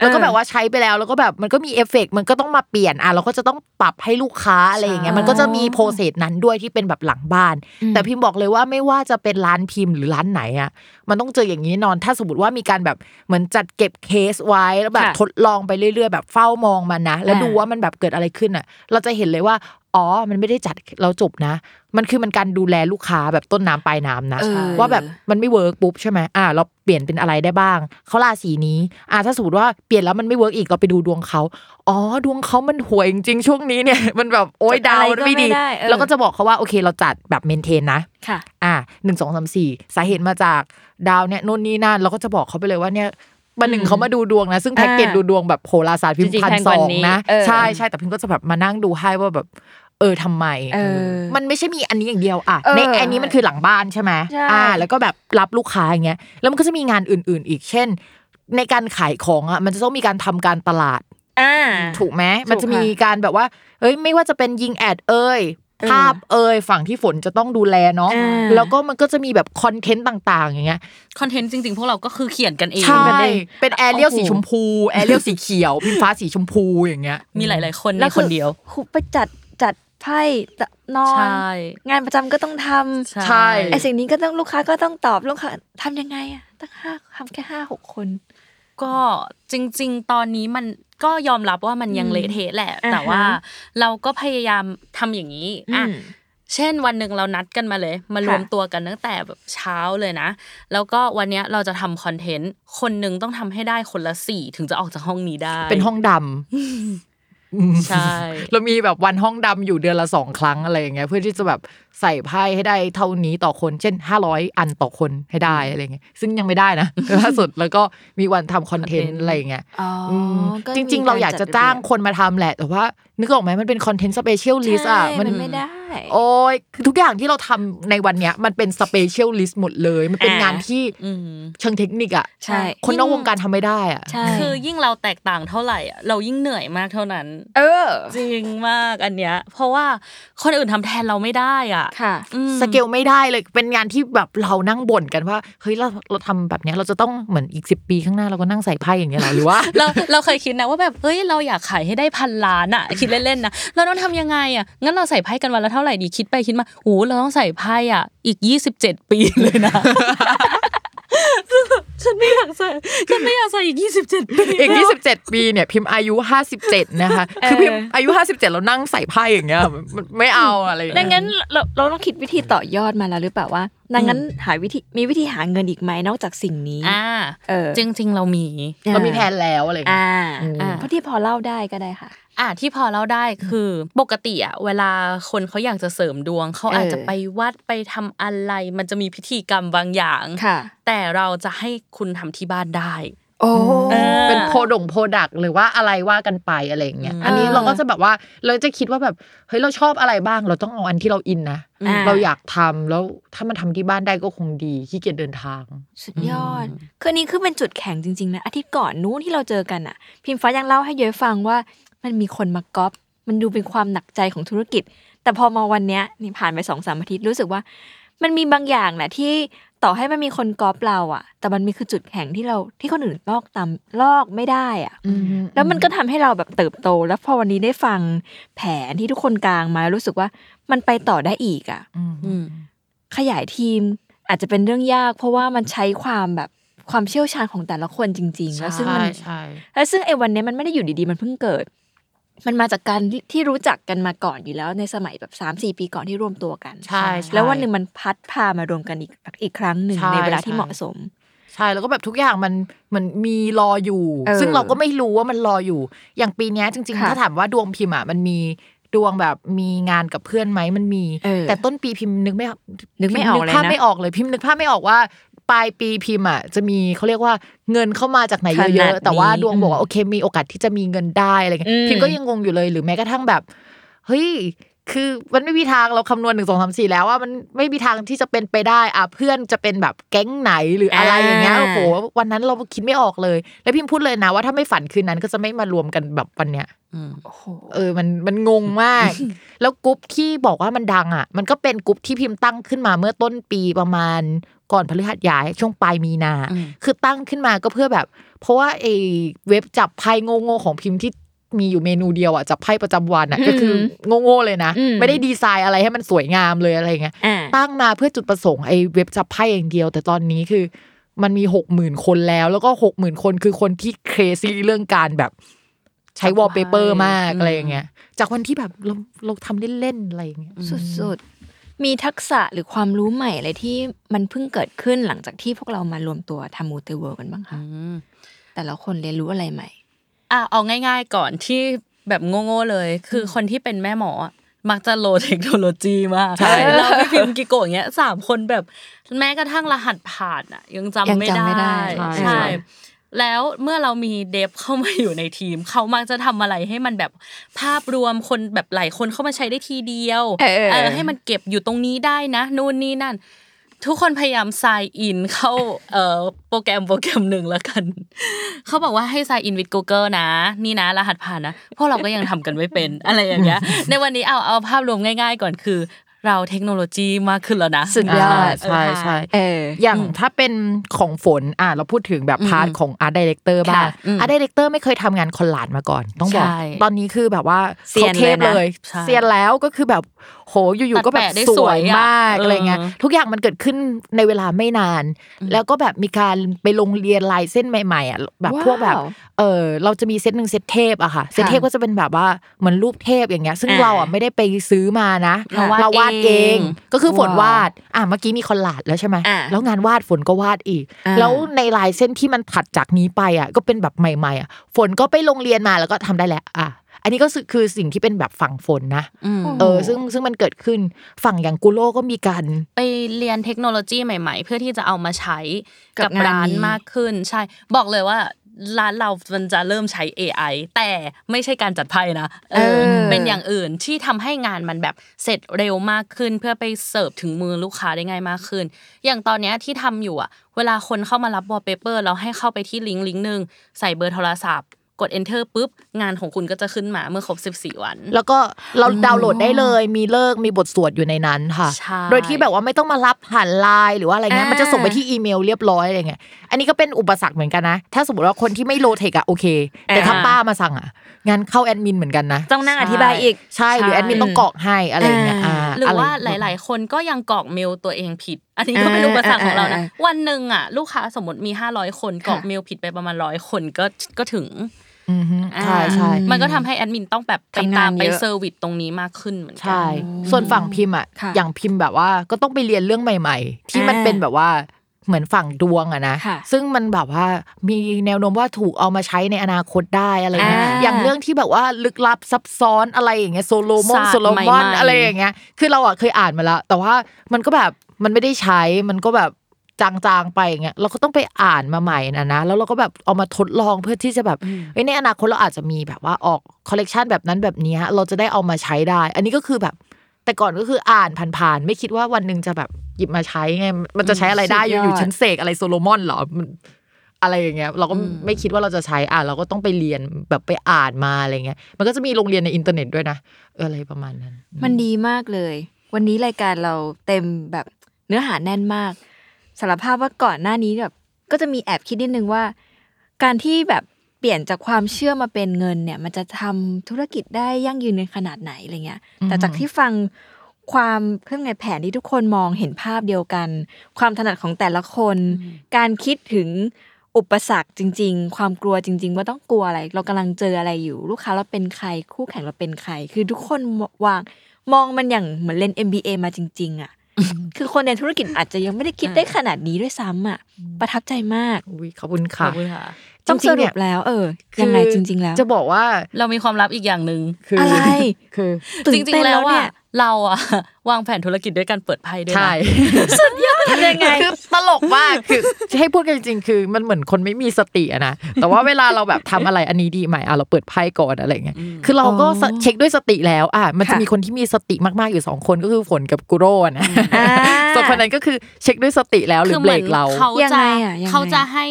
แล้วก็แบบว่าใช้ไปแล้วแล้วก็แบบมันก็มีเอฟเฟกต์มันก็ต้องมาเปลี่ยนอ่ะเราก็จะต้องปรับให้ลูกค้าอะไรอย่างเงี้ยมันก็จะมีโปรเซสนั้นด้วยที่เป็นแบบหลังบ้าน แต่พิมพ์บอกเลยว่าไม่ว่าจะเป็นร้านพิมพ์หรือร้านไหนอ่ะมันต้องเจออย่างนี้แน่นอน ถ้าสมมติว่ามีการแบบเหมือนจัดเก็บเคสไว้แล้วแบบ
ค่ะ
ทดลองไปเรื่อย ๆ แบบเฝ้ามองมันนะ แล้ว
อ่า
ดูว่ามันแบบเกิดอะไรขึ้นอ่ะ เราจะเห็นเลยว่าอ๋อมันไม่ได้จัดเราจบนะ มันคือมันการดูแลลูกค้าแบบต้นน้ำปลายน้ำนะ
เออ
ว่าแบบมันไม่เวิร์กปุ๊บใช่ไหมอ่า เราเปลี่ยนเป็นอะไรได้บ้าง เขาราศีนี้ อ่า ถ้าสมมติว่าเปลี่ยนแล้วมันไม่เวิร์กอีกเราไปดูดวงเขา อ๋อ ดวงเขามันห่วยจริงๆช่วงนี้เนี่ย มันแบบโอ๊ย
จัด
ดาว
อะไร
มันไม่ดี
ก็ไม่ได้เออ
เราก็จะบอกเขาว่าโอเคเราจัดแบบเมนเทนนะ
ค่ะ
อ่าหนึ่งสองสามสี่สาเหตุมาจากดาวเนี่ยนู่นนี่นั่นเราก็จะบอกเขาไปเลยว่าเนี่ยวันหนึ่งเขามาดูดวงนะ ซึ่งแพ็กเกจ
อ่า
ดูดวงแบบโหราศาสตร์พิมพ์
จริงๆ
พัน
แพง
ส
กว่า
อง
นี้
นะ
เออ
ใช่ใช่แต่พิมก็จะแบบมานั่งดูให้ว่าแบบ เออทำไม
เออ
มันไม่ใช่มีอันนี้อย่างเดียวอ่ะ
เออ
ในอันนี้มันคือหลังบ้านใช่ไหม
ใช่
อ่า แล้วก็แบบรับลูกค้าอย่างเงี้ยแล้วมันก็จะมีงานอื่น ๆ อีกเช่น ในการขายของอ่ะมันจะต้องมีการทำการตลาด
อ่า
ถูกไหม
ถูก
มันจะมีการแบบว่า เอ้ย ไม่ว่าจะเป็นยิงแอดเอ่ย
เออ
ภาพเอ่ย ฝั่งที่ฝนจะต้องดูแลเนาะ
อ่า
แล้วก็มันก็จะมีแบบคอนเทนต์ต่าง ๆ อย่างเงี้ย
คอนเทนต์จริงๆ พวกเราก็คือเขียนกันเอง
ใช่
เป็นเอง
เป็นแอรเรียล
โอ้โห
สีชมพู แอรเรียลสีเขียว พิมฟ้าสีชมพูอย่างเงี้ย
มีหลาย ๆ คนในคนเดียว
คุไปจัดจัดไพ่นอน
ใช่
งานประจำก็ต้องทำ
ใช่
ไอสิ่งนี้ก็ต้องลูกค้าก็ต้องตอบลูกค้าทำยังไงอะตั้งห้าทำแค่ห้าหกคน
ก็จริง ๆ ตอนนี้มันก็ยอมรับว่ามันยังเละเทะแหละ
อ่าฮะ
แต่ว่าเราก็พยายามทำอย่างนี้อ่ะ เช่นวันหนึ่งเรานัดกันมาเลย มารวมตัวกันตั้งแต่แบบเช้าเลยนะ แล้วก็วันเนี้ยเราจะทำคอนเทนต์ คนหนึ่งต้องทำให้ได้คนละสี่ถึงจะออกจากห้องนี้ได้
เป็นห้องดำ
ใช่
เรามีแบบวันห้องดำอยู่เดือนละสองครั้งอะไรอย่างเงี้ย เพื่อที่จะแบบใส่ไพ่ให้ได้เท่านี้ต่อคน เช่น 500 อันต่อคนให้ได้อะไรเงี้ย ซึ่งยังไม่ได้นะ ล่าสุด แล้วก็มีวันทำคอนเทนต์อะไรอย่างเงี้ย
อ๋อ
ม
ก็
จริง
มี
ๆ เราอยากจะจ้างคนมาทำแหละ แต่ว่า นึกออกไหมมันเป็นคอนเทนต์สเปเชียลลิสต์
ใช่
อ่ะ
มันไม่ได้
โอ้ยคือทุกอย่างที่เราทำในวันเนี้ย มันเป็นสเปเชียลลิสต์หมดเลย มันเป็น
อ่าง
งานที่
อืม
เชิงเทคนิคอ่ะ
ใช่
คนนอกวงการทำไม่ได้อ่ะ
ใช่
คือยิ่งเราแตกต่างเท่าไหร่อะเรายิ่งเหนื่อยมากเท่านั้น
เออ
จริงมากอันเนี้ย เพราะว่าคนอื่นทำแทนเราไม่ได้อ่ะ
ค่ะ
อืม
สเกลไม่ได้เลยเป็นงานที่แบบเรานั่งบ่นกันว่าเฮ้ยเราเราทำแบบเนี้ยเราจะต้องเหมือนอีกสิปีข้างหน้าเราก็นั่งใส่ไพ่อย่างเงี้ยเหรอหรือว่า
เราเราเคยคิดนะว่าแบบเฮ้ยเราอยากขายให้ได้พันล้านอ่ะ คิดเล่นๆนะเราต้องทำยังไงอ่ะงั้นเราใส่ไพ่กันวันละเท่าไหร่ดีคิดไปคิดมาโอ้เราต้องใส่ไพ่อ่ะอีก 27 ปีเลยนะ ฉันไม่อยากใส่ฉันไม่อยากใส่อีก 27 ปี
อีก 27 ปีเนี่ยพิมพ์อายุ 57 นะคะคือพิมพ์อายุ 57เรานั่งใส่ไพ่อย่างเงี้ยมันไม่เอาอะไรอย่าง
ดัง
เงี้ย
นั้นเราเราต้องคิดวิธีต่อยอดมาแล้วหรือเปล่าว่าดังนั้นหาวิธีมีวิธีหาเงินอีกไหมนอกจากสิ่งนี้
อ่า
เออ
จริง ๆ เรามี
เรามีแผนแล้วอะไรอย่างเงี้ย
อ่า
อืม
เพราะที่พอเล่าได้ก็ได้ค่ะ
อ่ะที่พอเล่าได้คือปกติอ่ะเวลาคนเขาอยากจะเสริมดวงเขา
เอออ
อาจจะไปวัดไปทำอะไร มันจะมีพิธีกรรมบางอย่าง
ค่ะ
แต่เราจะให้คุณทำที่บ้านได้
โอ้
เออ
เป็นโพดงโพดักหรือว่าอะไรว่ากันไปอะไรอย่างเงี้ย
อืม
อันนี้เราก็จะแบบว่าเราจะคิดว่าแบบเฮ้ยเราชอบอะไรบ้าง เราต้องเอาอันที่เราอินนะ
อ่า
เราอยากทำแล้วถ้ามันทำที่บ้านได้ก็คงดีขี้เกียจเดินทาง
สุดยอด คือนี้คือเป็นจุดแข็งจริงๆนะอาทิตย์ก่อนนู้นที่เราเจอกันอ่ะ พิมฟ้ายังเล่าให้เย้ยฟังว่ามันมีคนมาก๊อปมันดูเป็นความหนักใจของธุรกิจ แต่พอมาวันเนี้ยนี่ผ่านไปสองสามอาทิตย์รู้สึกว่า มันมีบางอย่างแหละที่ต่อให้มันมีคนก๊อปเราอ่ะ แต่มันมีคือจุดแข็งที่เราที่คนอื่นลอกตามลอกไม่ได้อ่ะ แล้วมันก็ทำให้เราแบบเติบโต แล้วพอวันนี้ได้ฟังแผนที่ทุกคนกลางมาแล้วรู้สึกว่ามันไปต่อได้อีกอ่ะ
อืม
ขยายทีมอาจจะเป็นเรื่องยาก เพราะว่ามันใช้ความแบบความเชี่ยวชาญของแต่ละคนจริง ๆ แล้วซึ่งมัน
ใช่
แล้วซึ่งไอ้วันเนี้ยมันไม่ได้อยู่ดีๆ มันเพิ่งเกิด มันมาจากการที่ที่รู้จักกันมาก่อนอยู่แล้วในสมัยแบบ3าสี่ปีก่อนที่รวมตัวกัน
ใช่ใช่
แล้ววันหนึ่งมันพัดพามารวมกันอีกอีกครั้งหนึ่ง
ใช่
ในเวลาที่
ใช่
เหมาะสม
ใช่แล้วก็แบบทุกอย่างมันมันมีรออยู่
เออ
ซึ่งเราก็ไม่รู้ว่ามันรออยู่ อย่างปีเนี้ยจริงๆ
ค่ะ
ถ้าถามว่าดวงพิมพ์อ่ะมันมีดวงแบบมีงานกับเพื่อนไหมมันมี
เออ
แต่ต้นปีพิมพ์นึกไม่
นึกไม่ออกเลยนะ
พิพ์นึภาพไม่ออกเลยพิมพ์นึกภาพไม่ออกว่า ปลายปีพิมพ์อ่ะจะมีเขาเรียกว่าเงินเข้ามาจากไหน
ข
เย
นาดนี้
อะๆแต่ว่าดวงบอกว่าโอเคมีโอกาสที่จะมีเงินได้อะไรเงี้
อื
ย
ม
พิมพ์ก็ยังงงอยู่เลยหรือแม้กระทั่งแบบ เฮ้ย คือมันไม่มีทางเราคำนวณหนึ่งสองสามสี่แล้วว่ามันไม่มีทางที่จะเป็นไปได้อ่ะเพื่อนจะเป็นแบบแก๊งไหนหรืออะไรอย่างเงี้ย
อ่า
โอ้โหวันนั้นเราคิดไม่ออกเลย แล้วพิมพ์พูดเลยนะว่าถ้าไม่ฝันคืนนั้นก็จะไม่มารวมกันแบบวันเนี้ย
อืม
โอ้โห
เออมันมันงงมาก แล้วกรุ๊ปที่บอกว่ามันดังอ่ะ มันก็เป็นกรุ๊ปที่พิมพ์ตั้งขึ้นมาเมื่อต้นปีประมาณก่อนพฤหัสย้ายช่วงปลายมีนา
อืม
คือตั้งขึ้นมาก็เพื่อแบบ เพราะว่าไอ้เว็บจับไพ่โง่ๆของพิมพ์ที่มีอยู่เมนูเดียวอ่ะจับไพ่ประจำวันอ่ะก็คือโง่ๆเลยนะ
อืม
ไม่ได้ดีไซน์อะไรให้มันสวยงามเลยอะไรอย่างเงี้ย
อ่า
ตั้งมาเพื่อจุดประสงค์ไอ้เว็บจับไพ่อย่างเดียว แต่ตอนนี้คือมันมีหกหมื่นคนแล้วแล้วก็หกหมื่นคนคือคนที่เครซี่เรื่องการแบบ ใช้
จับไพ่
วอลเปเปอร์มาก
อืม
อะไรอย่างเงี้ยจากวันที่แบบเราเราทำเล่นๆอะไรอย่างเงี้ย
สุดๆ มีทักษะหรือความรู้ใหม่อะไรที่มันเพิ่งเกิดขึ้นหลังจากที่พวกเรามารวมตัวทำมูเตเวิร์กันบ้างคะ
อืม
แต่ละคนเรียนรู้อะไรใหม่
อ่ะเอาง่าย ๆ ก่อนที่แบบโง่ๆเลย คือคนที่เป็นแม่หมออะมักจะโลเทคโนโลยีมาก
ใช่
แล้วพี่พิมกิโกะอย่างเงี้ยสามคนแบบแม้กระทั่งรหัสผ่านอ่ะ ยังจำ
ยัง
ไม่
จำไม่ได้
ได้
ใช่
ใช่ แล้วเมื่อเรามีเดฟเข้ามาอยู่ในทีม เขามักจะทำอะไรให้มันแบบภาพรวมคนแบบหลายคนเข้ามาใช้ได้ทีเดียว
เออ
ให้มันเก็บอยู่ตรงนี้ได้นะนู่นนี่นั่น ทุกคนพยายาม sign in เข้าเอ่อโปรแกรมโปรแกรมหนึ่งแล้วกัน เขาบอกว่าให้ sign in with Google นะ นี่นะ รหัสผ่านนะ พวกเราก็ยังทำกันไม่เป็น อะไรอย่างเงี้ยในวันนี้เอาเอาภาพรวมง่าย ๆ ก่อนคือ เราเทคโนโลยีมากขึ้นแล้วนะ
สุดยอด
ใช่ใช่
เออ
อย่างถ้าเป็นของฝนอ่ะเราพูดถึงแบบพาร์ท
อืม
ของอาร์ตดีเลกเตอร์บ้าง
ค่ะอืม
อาร์ตดีเลกเตอร์ไม่เคยทำงานคอลลาดมาก่อน ต้องบอก
ใช่
ตอนนี้คือแบบว่า
เซียน
ขาทพ
เลยนะ
เลย
ใช่
เซียนแล้วก็คือแบบโหอยู่ๆก็แบ
ตัด
บ
แปะได้
ส
ส
ว
วย ย
มาก
อะ
อะไรเงี้ย
เออ
ทุกอย่างมันเกิดขึ้นในเวลาไม่นาน แล้วก็แบบมีการไปลงเรียนลายเส้นใหม่ๆอ่ะแบบพวกแบบ
ว้า
เออเราจะมีเซตหนึ่งเซตเทพอะค่ะเซตเทพก็จะเป็นแบบว่าเหมือนรูปเทพอย่างเงี้ย ซึ่ง
อ่า
เราอะไม่ได้ไปซื้อมานะ
เราวาด
เอ
เอง ง
ก็คือฝน
ว้าว
วาดอ่ะเมื่อกี้มีคอลลาดแล้วใช่ไหม
อ่า
แล้วงานวาดฝนก็วาดอีก
อ่า
แล้วในลายเส้นที่มันถัดจากนี้ไปอ่ะก็เป็นแบบใหม่ๆอ่ะฝนก็ไปโรงเรียนมาแล้วก็ทำได้แล้วอ่ะอันนี้ก็คือคือสิ่งที่เป็นแบบฝั่งฝนนะ
อืม
เออซึ่งซึ่งมันเกิดขึ้นฝั่งอย่างกุโลก็มีการ
ไปเรียนเทคโนโลยีใหม่ ๆ เพื่อที่จะเอามาใช้
กับ
กับร้าง
าน
น
นี้
มากขึ้น ใช่ บอกเลยว่าร้านเรามันจะเริ่มใช้ AI แต่ไม่ใช่การจัดไพ่นะเออ เป็นอย่างอื่นที่ทำให้งานมันแบบเสร็จเร็วมากขึ้น เพื่อไปเสิร์ฟถึงมือลูกค้าได้ง่ายมากขึ้น อย่างตอนเนี้ยที่ทำอยู่อะเวลาคนเข้ามารับวอลเปเปอร์เราให้เข้าไปที่ลิงก์ลิงก์หนึ่งใส่เบอร์โทรศัพท์ กด enter ปุ๊บงานของคุณก็จะขึ้นมาเมื่อครบ 14 วัน
แล้วก็เราดาวน์โหลดได้เลย มีเลิกษ์มีบทสวดอยู่ในนั้นค่ะ
ใช่
โดยที่แบบว่าไม่ต้องมารับผ่านไลน์หรือว่าอะไรเงี้ย
อ่ามั
มันจะส่งไปที่อีเมลเรียบร้อยอะไรเงี้ย อันนี้ก็เป็นอุปสรรคเหมือนกันนะ ถ้าสมมติว่าคนที่ไม่โลเทคอะโอเค แต่ถ้า
อ่า
ป้ามาสั่งอะงานเข้าแอดมินเหมือนกันนะ
ต้องนั่งอธิบายอีก
ใช่ หรือ
ใช่
แอดมินต้องกรอกให้อะไรเงี้ย
อ่า
หรื
าะ
อ
ไ
ว่าหลาย ๆ คนก็ยังกรอกเมลตัวเองผิด อันนี้ก็เป็น
อ่า
อุปสรรคของเรานะ
อ่าอ่า
วันหนึ่งอ่ะ ลูกค้าสมมติมี 500 คนกรอกเมลผิดไปประมาณร้อยคนก็ก็ถึง
อือฮึใช่
อ่า
ใช่
มันก็ทำให้แอดมินต้องแบบไป
ทำงาน
ตามไป
เยอะ
เซอร์วิสตรงนี้มากขึ้นเหมือนกั
ใช่
น
ส่วนฝั่งพิมพ์อ่ะ
ค่ะ
อย่างพิมพ์แบบว่าก็ต้องไปเรียนเรื่องใหม่ ๆ ที่มัน
อ่า
เป็นแบบว่าเหมือนฝั่งดวงอะนะ
ค่ะ
ซึ่งมันแบบว่ามีแนวโน้มว่าถูกเอามาใช้ในอนาคตได้อะไรเงี้ย
อ่า
อย่างเรื่องที่แบบว่าลึกลับซับซ้อนอะไรอย่างเงี้ยโซโลมอน
ศาสตร์
โซโลมอน
ใหม่ๆ
อะไรอย่างเงี้ย คือเราอ่ะเคยอ่านมาแล้วแต่ว่ามันก็แบบมันไม่ได้ใช้ มันก็แบบ จางๆไปอย่างเงี้ยเราก็ต้องไปอ่านมาใหม่นะนะแล้วเราก็แบบเอามาทดลองเพื่อที่จะแบบเอ้ยในอนาคตเราอาจจะมีแบบว่าออกคอลเลกชันแบบนั้นแบบเนี้ยเราจะได้เอามาใช้ได้ อันนี้ก็คือแบบ แต่ก่อนก็คืออ่านผ่านๆไม่คิดว่าวันหนึ่งจะแบบหยิบมาใช้ไงมันจะใช้อะไรได้
สุด
อย
อด
ยู่ๆฉันเสกอะไรโซโลมอนเหรอมันอะไรอย่างเงี้ยเราก็ไม่คิดว่าเราจะใช้อ่ะเราก็ต้องไปเรียนแบบไปอ่านมาอะไรเงี้ยมันก็จะมีโรงเรียนในอินเทอร์เน็ตด้วยนะเอออะไรประมาณนั้น
มันดีมากเลย วันนี้รายการเราเต็มแบบเนื้อหาแน่นมากสารภาพว่าก่อนหน้านี้แบบก็จะมีแอบคิดนิดนึงว่า การที่แบบเปลี่ยนจากความเชื่อมาเป็นเงินเนี่ย มันจะทำธุรกิจได้ยั่งยืนในขนาดไหนอะไรเงี้ย แต่จากที่ฟังความเครื่องไงแผนที่ทุกคนมองเห็นภาพเดียวกัน ความถนัดของแต่ละคน การคิดถึงอุปสรรคจริง ๆ ความกลัวจริง ๆ ว่าต้องกลัวอะไร เรากำลังเจออะไรอยู่ ลูกค้าเราเป็นใครคู่แข่งเราเป็นใคร คือทุกคนวางมองมันอย่างเหมือนเล่น MBA มาจริง ๆ อ่ะ คือคนในธุรกิจอาจจะยังไม่ได้คิดได้ขนาดนี้ด้วยซ้ำอ่ะ ประทับใจมาก
อุ๊ยขอบคุณ
ขอ
ค่ะ
บคุณค่ะ
ต้องส
ๆ
รุ
เนี่ย
ปแล้ว เออ ยังไง
คือ
จริง ๆ แล้ว
จะบอกว่า
เรามีความลับอีกอย่างหนึ่ง
คือ
อะไร
คือ
ตื่น
จริ
เต้
ง
น
ๆ แล้
แล้ว ว
ว่า
เนี่ย
เราอะ วางแผนธุรกิจด้วยการเปิดไพ่ด้วยนะ
ใช่
ยังไง
คือตลกมากคือให้พูดกันจริงๆ คือมันเหมือนคนไม่มีสติอะนะแต่ว่าเวลาเราแบบทำอะไรอันนี้ดีไหมอ่ะเราเปิดไพ่ก่อนอะไรเงี้ยคือเราก็
อ๋อ
เช็คด้วยสติแล้วอ่ะมันจะ
ค่ะ
มีคนที่มีสติมากๆอยู่สองคนก็คือฝนกับกุโร่อะนะ
อ่า
ส่วนคนนั้นก็คือเช็คด้วยสติแล้วหรือเบรกเรา
เขา
ยัง
จะ
ไงอะยังไง
เขาจะให้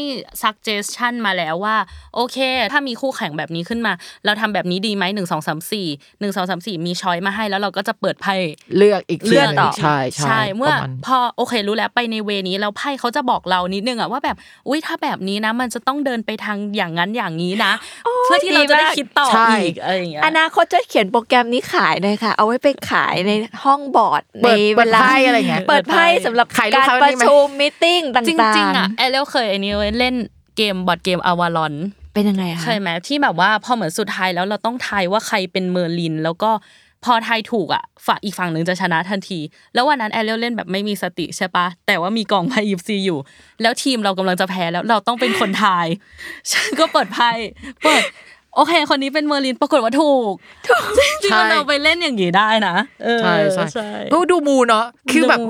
suggestion มาแล้วว่า โอเค ถ้ามีคู่แข่งแบบนี้ขึ้นมา เราทำแบบนี้ดีไหมหนึ่งสองสามสี่หนึ่งสองสามสี่มีช้อยมาให้แล้วเราก็จะเปิดไพ่
เลือกอีกที
เลือก
หนึ่ง
ต่อ
ใช่ใช่
เมื่อ
ประาณ
พอโอเครู้แล้วไปในเวนี้แล้วไพ่เขาจะบอกเรานิดนึงอะว่าแบบอุ้ยถ้าแบบนี้นะ มันจะต้องเดินไปทางอย่างนั้นอย่างนี้นะ เพื่อที่เราจะได้คิดต่อ
ใช่
อีกอะไรอย่างเงี้ย
อนาคตจะเขียนโปรแกรมนี้ขายเลยค่ะ เอาไว้ไปขายในห้องบอร์ดในเว
เปิดเปิด
ลา
ไพ่อะไรเงี้ย
เปิดไพ่สำหรับ
ขายลูก
การ
ค้า
ป
ได้
ระ
ไหม
ชุมมิ팅ต่าง
จ
ๆ
ริงๆอะแอลเลเคยไอันนี้เล่นเกมบอร์ดเกมอวารอน
เป็นยังไงอะคะ
ใช่ไหมที่แบบว่าพอเหมือนสุดท้ายแล้วเราต้องทายว่าใครเป็นเมอร์ลิน แล้วก็พอทายถูกอ่ะฝั่งอีกฝั่งหนึ่งจะชนะทันที แล้ววันนั้นแอเรียลเล่นแบบไม่มีสติใช่ปะแต่ว่ามีกองไพ่ยิปซีอยู่ แล้วทีมเรากำลังจะแพ้แล้วเราต้องเป็นคนทาย ฉันก็เปิดไพ่เปิดโอเค คนนี้เป็นเมอร์ลินปรากฏว่าถูกจริง
ใช่
ๆมันเราไปเล่นอย่างนี้ได้นะเออ
ใช่ใช่
ใช่
ก็ดูมูเนาะคือแบบ
ดู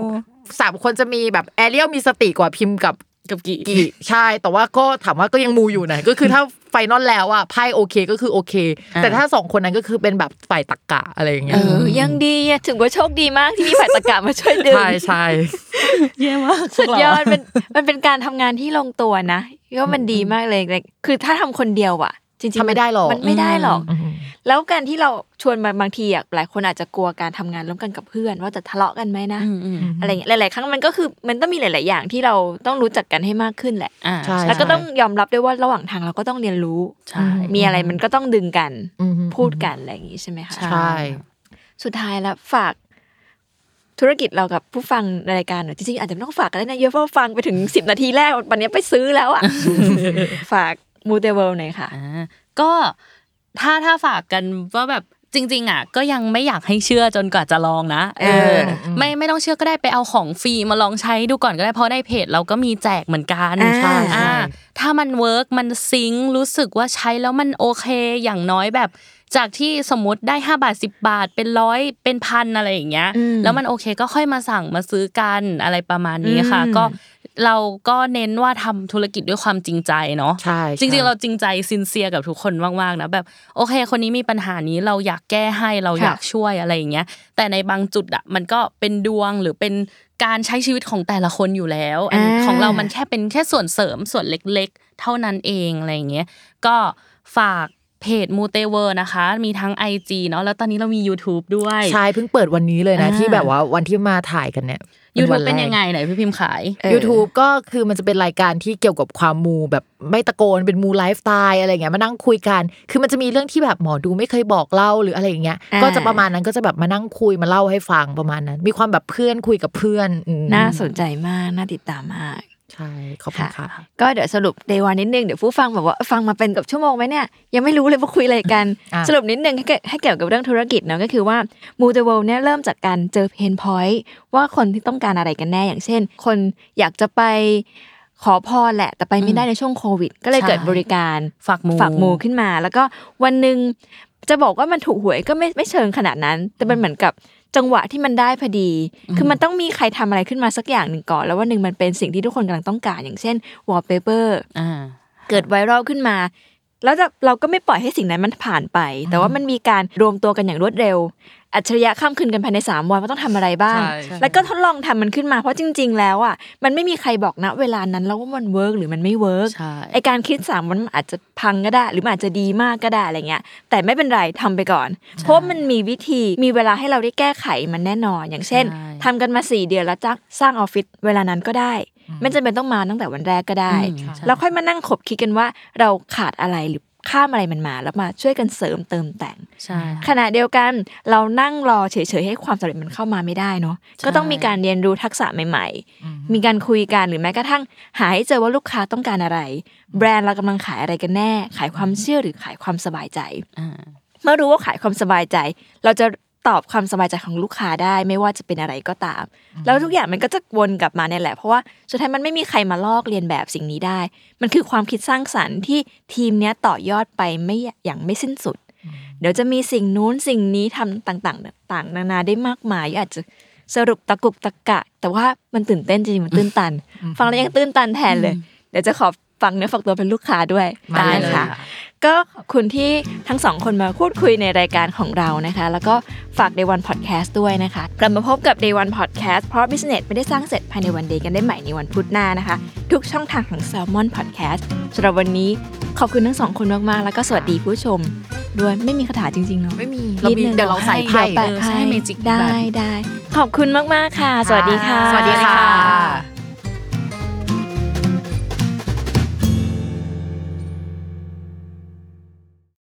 สามคนจะมีแบบแอเรียลมีสติกว่าพิมพ์กับ
กับกี่
กี่ใช่แต่ว่าก็ถามว่าก็ยังมูอยู่นะก็คือ ถ้าไฟนอลแล้วอะไพ่โอเคก็คือโอเค
อ่า
แต่ถ้าสองคนนั้นก็คือเป็นแบบฝ่ายตักกะอะไรอย่างเงี้
เอย อยังดีอะถึงว่าโชคดีมากที่มีฝ่ายตะกะมาช่วยดึง
ใช่ ใช่
เย่มาก
สุดยอด
พวกเราะ
มันมันเป็นการทำงานที่ลงตัวนะก็มันดีมากเลยเลยคือถ้าทำคนเดียวอะจริงๆ
ทำไม่ได้หรอก
มันไม่ได้หรอก
อืม
แล้วการที่เราชวนมาบางทีอะหลายคนอาจจะกลัวการทำงานร่วมกันกับเพื่อน ว่าจะทะเลาะกันไหมนะ
อืมอืม
อะไรอย่างเงี้ยหลาย ๆ ครั้งมันก็คือมันต้องมีหลาย ๆ อย่างที่เราต้องรู้จักกันให้มากขึ้นแหละ
อ่า
ใช่
แล้วก็ต้องยอมรับด้วยว่าระหว่างทางเราก็ต้องเรียนรู้
ใช่
มีอะไรมันก็ต้องดึงกัน
อืม
พูดกันอะไรอย่างงี้ใช่ไหมคะ
ใช่
สุดท้ายแล้วฝาก ธุรกิจเรากับผู้ฟังในรายการหน่อยจริง ๆ อาจจะไม่ต้องฝากกันได้นะเยอะเพราะว่าฟังไปถึง 10 นาทีแรกวันนี้ไปซื้อแล้วอ่ะ ฝากมูเตเวิลหน่อยค่ะ
อ่าก็ถ้าถ้าฝากกันว่าแบบจริง ๆอ่ะก็ยังไม่อยากให้เชื่อจนกว่าจะลองนะเอ
เอ
อ
อ
ไม่ไม่ต้องเชื่อก็ได้ไปเอาของฟรีมาลองใช้ดูก่อนก็ได้เพราะในเพจเราก็มีแจกเหมือนกัน
อ่า
ใช่ใช่
อ่าถ้ามันเวิร์กมันซิงค์รู้สึกว่าใช้แล้วมันโอเคอย่างน้อยแบบ จากที่สมมติได้ 5 บาท 10 บาทเป็นร้อยเป็นพันอะไรอย่างเงี้ย
อืม
แล้วมันโอเคก็ค่อยมาสั่งมาซื้อกันอะไรประมาณนี้ค่ะ
อืม
ก็เราก็เน้นว่าทำธุรกิจด้วยความจริงใจเนาะ
ใช่
จริงๆ เราจริงใจซินเซียกับทุกคนมากๆนะแบบโอเค คนนี้มีปัญหานี้เราอยากแก้ให้เรา
ค่ะ
อยากช่วยอะไรอย่างเงี้ย แต่ในบางจุดอะมันก็เป็นดวงหรือเป็นการใช้ชีวิตของแต่ละคนอยู่แล้วอันของเรามันแค่เป็นแค่ส่วนเสริมส่วนเล็กๆ เท่านั้นเองอะไรอย่างเงี้ยก็ฝากเพจมูเตเวอร์นะคะ มีทั้ง IG เนาะแล้วตอนนี้เรามี YouTube ด้วย
ใช่เพิ่งเปิดวันนี้เลยนะ
อ่า
ที่แบบว่าวันที่มาถ่ายกันเนี่ย
YouTube เป็นยังไงไหนพี่พิมพ์ขาย
เออ
ยูทูบก็คือมันจะเป็นรายการที่เกี่ยวกับความมูแบบไม่ตะโกนเป็นมูไลฟ์สไตล์อะไรเงี้ยมานั่งคุยกัน คือมันจะมีเรื่องที่แบบหมอดูไม่เคยบอกเล่าหรืออะไรอย่างเงี้ย
อ่า
ก็จะประมาณนั้นก็จะแบบมานั่งคุยมาเล่าให้ฟังประมาณนั้น มีความแบบเพื่อนคุยกับเพื่อนอืม
น่าสนใจมากน่าติดตามมาก
ใช่ขอบคุณค่ะ
ก็เดี๋ยวสรุปเดว n นิดนึงเดี๋ยวผู้ฟังแบบว่าฟังมาเป็นเกับชั่วโมงไหมเนี่ยยังไม่รู้เลยว่าคุยอะไรกัน
อ่ะ
สรุปนิดนึงให้เกี่ยวให้เกี่ยวกับเรื่องธุรกิจเนาะก็คือว่ามูเตเวลเนี่ยเริ่มจากการเจอเพนพอยต์ว่าคนที่ต้องการอะไรกันแน่อย่างเช่น คนอยากจะไปขอพรแหละ แต่ไปไม่ได้ในช่วงโควิด ก็เลยเกิด
ใช่
บริการ
ฝากมู
ฝากมูขึ้นมา แล้วก็วันหนึ่งจะบอกว่ามันถูกหวยก็ไม่ไม่เชิงขนาดนั้น แต่มันเหมือนกับ จังหวะที่มันได้พอดี คือมันต้องมีใครทำอะไรขึ้นมาสักอย่างหนึ่งก่อน แล้ววันหนึ่งมันเป็นสิ่งที่ทุกคนกำลังต้องการ อย่างเช่นวอลเปเปอร์
อ่า
เกิดไวรัลขึ้นมา แล้วจะเราก็ไม่ปล่อยให้สิ่งนั้นมันผ่านไป แต่ว่ามันมีการรวมตัวกันอย่างรวดเร็ว อัจฉริยะข้ามคืนกันภายในสามวันว่าต้องทำอะไรบ้าง
ใช่
แล้วก็ทดลองทำมันขึ้นมาเพราะจริง ๆ แล้วอ่ะมันไม่มีใครบอกนะเวลานั้นแล้วว่ามันเวิร์กหรือมันไม่เวิร์ก
ใช่
ไอการคิดสามวันมันอาจจะพังก็ได้ หรือมันอาจจะดีมากก็ได้อะไรเงี้ย แต่ไม่เป็นไรทำไปก่อน เพราะมันมีวิธีมีเวลาให้เราได้แก้ไขมันแน่นอน อย่างเช่นทำกันมาสี่เดือนแล้วจ้างสร้างออฟฟิศเวลานั้นก็ได้ ไม่จำเป็นต้องมาตั้งแต่วันแรกก็ได้
อืมใช่
แล้วค่อยมานั่งขบคิดกันว่าเราขาดอะไรหรือข้ามอะไรมันมา แล้วมาช่วยกันเสริมเติมแต่ง
ใช่
ขณะเดียวกันเรานั่งรอเฉยๆให้ความสำเร็จมันเข้ามาไม่ได้เนาะก็ต้องมีการเรียนรู้ทักษะใหม่ ๆ มีการคุยกันหรือแม้กระทั่ง หาให้เจอว่าลูกค้าต้องการอะไร แบรนด์เรากำลังขายอะไรกันแน่ ขายความเชื่อหรือขายความสบายใจ
อ่า
เมื่อรู้ว่าขายความสบายใจ เราจะตอบความสบายใจของลูกค้าได้ไม่ว่าจะเป็นอะไรก็ตาม แล้วทุกอย่างมันก็จะวนกลับมาเนี่ยแหละเพราะว่าสุดท้ายมันไม่มีใครมาลอกเรียนแบบสิ่งนี้ได้ มันคือความคิดสร้างสรรค์ที่ทีมเนี้ยต่อยอดไปไม่อย่างไม่สิ้นสุด เดี๋ยวจะมีสิ่งนู้นสิ่งนี้ทำต่างๆ ต่างๆ นานาได้มากมายอาจจะสรุปตะกุกตะกะ แต่ว่ามันตื่นเต้นจริงๆมันตื้นตัน ฟังแล้วยังตื้นตันแทนเลย เดี๋ยวจะขอฟังเนื้อฝักตัวเป็นลูกค้าด้วย
มาเลย
นะคะ ก็ขอบคุณที่ทั้งสองคนมาพูดคุยในรายการของเรานะคะ แล้วก็ฝาก Day One Podcast ด้วยนะคะ กลับมาพบกับ Day One Podcast เพราะ Business ไม่ได้สร้างเสร็จภายในวันเดย์กันได้ใหม่ในวันพุธหน้านะคะ ทุกช่องทางของ Salmon Podcast สำหรับวันนี้ขอบคุณทั้งสองคนมาก ๆ แล้วก็สวัสดีผู้ชม ด้วยไม่มีคาถาจริง ๆ เนาะ
ไม่มีเรามี
นินึง
เดี๋ยวเราใส่ไพ่
เดี๋ยวแปะ
เออ
ไพ่
ใช่ Magic
ได้
แบบ
ได้ขอบคุณมาก ๆ ค่ะ สวัสดีค่ะ
สวัสดีค่ะ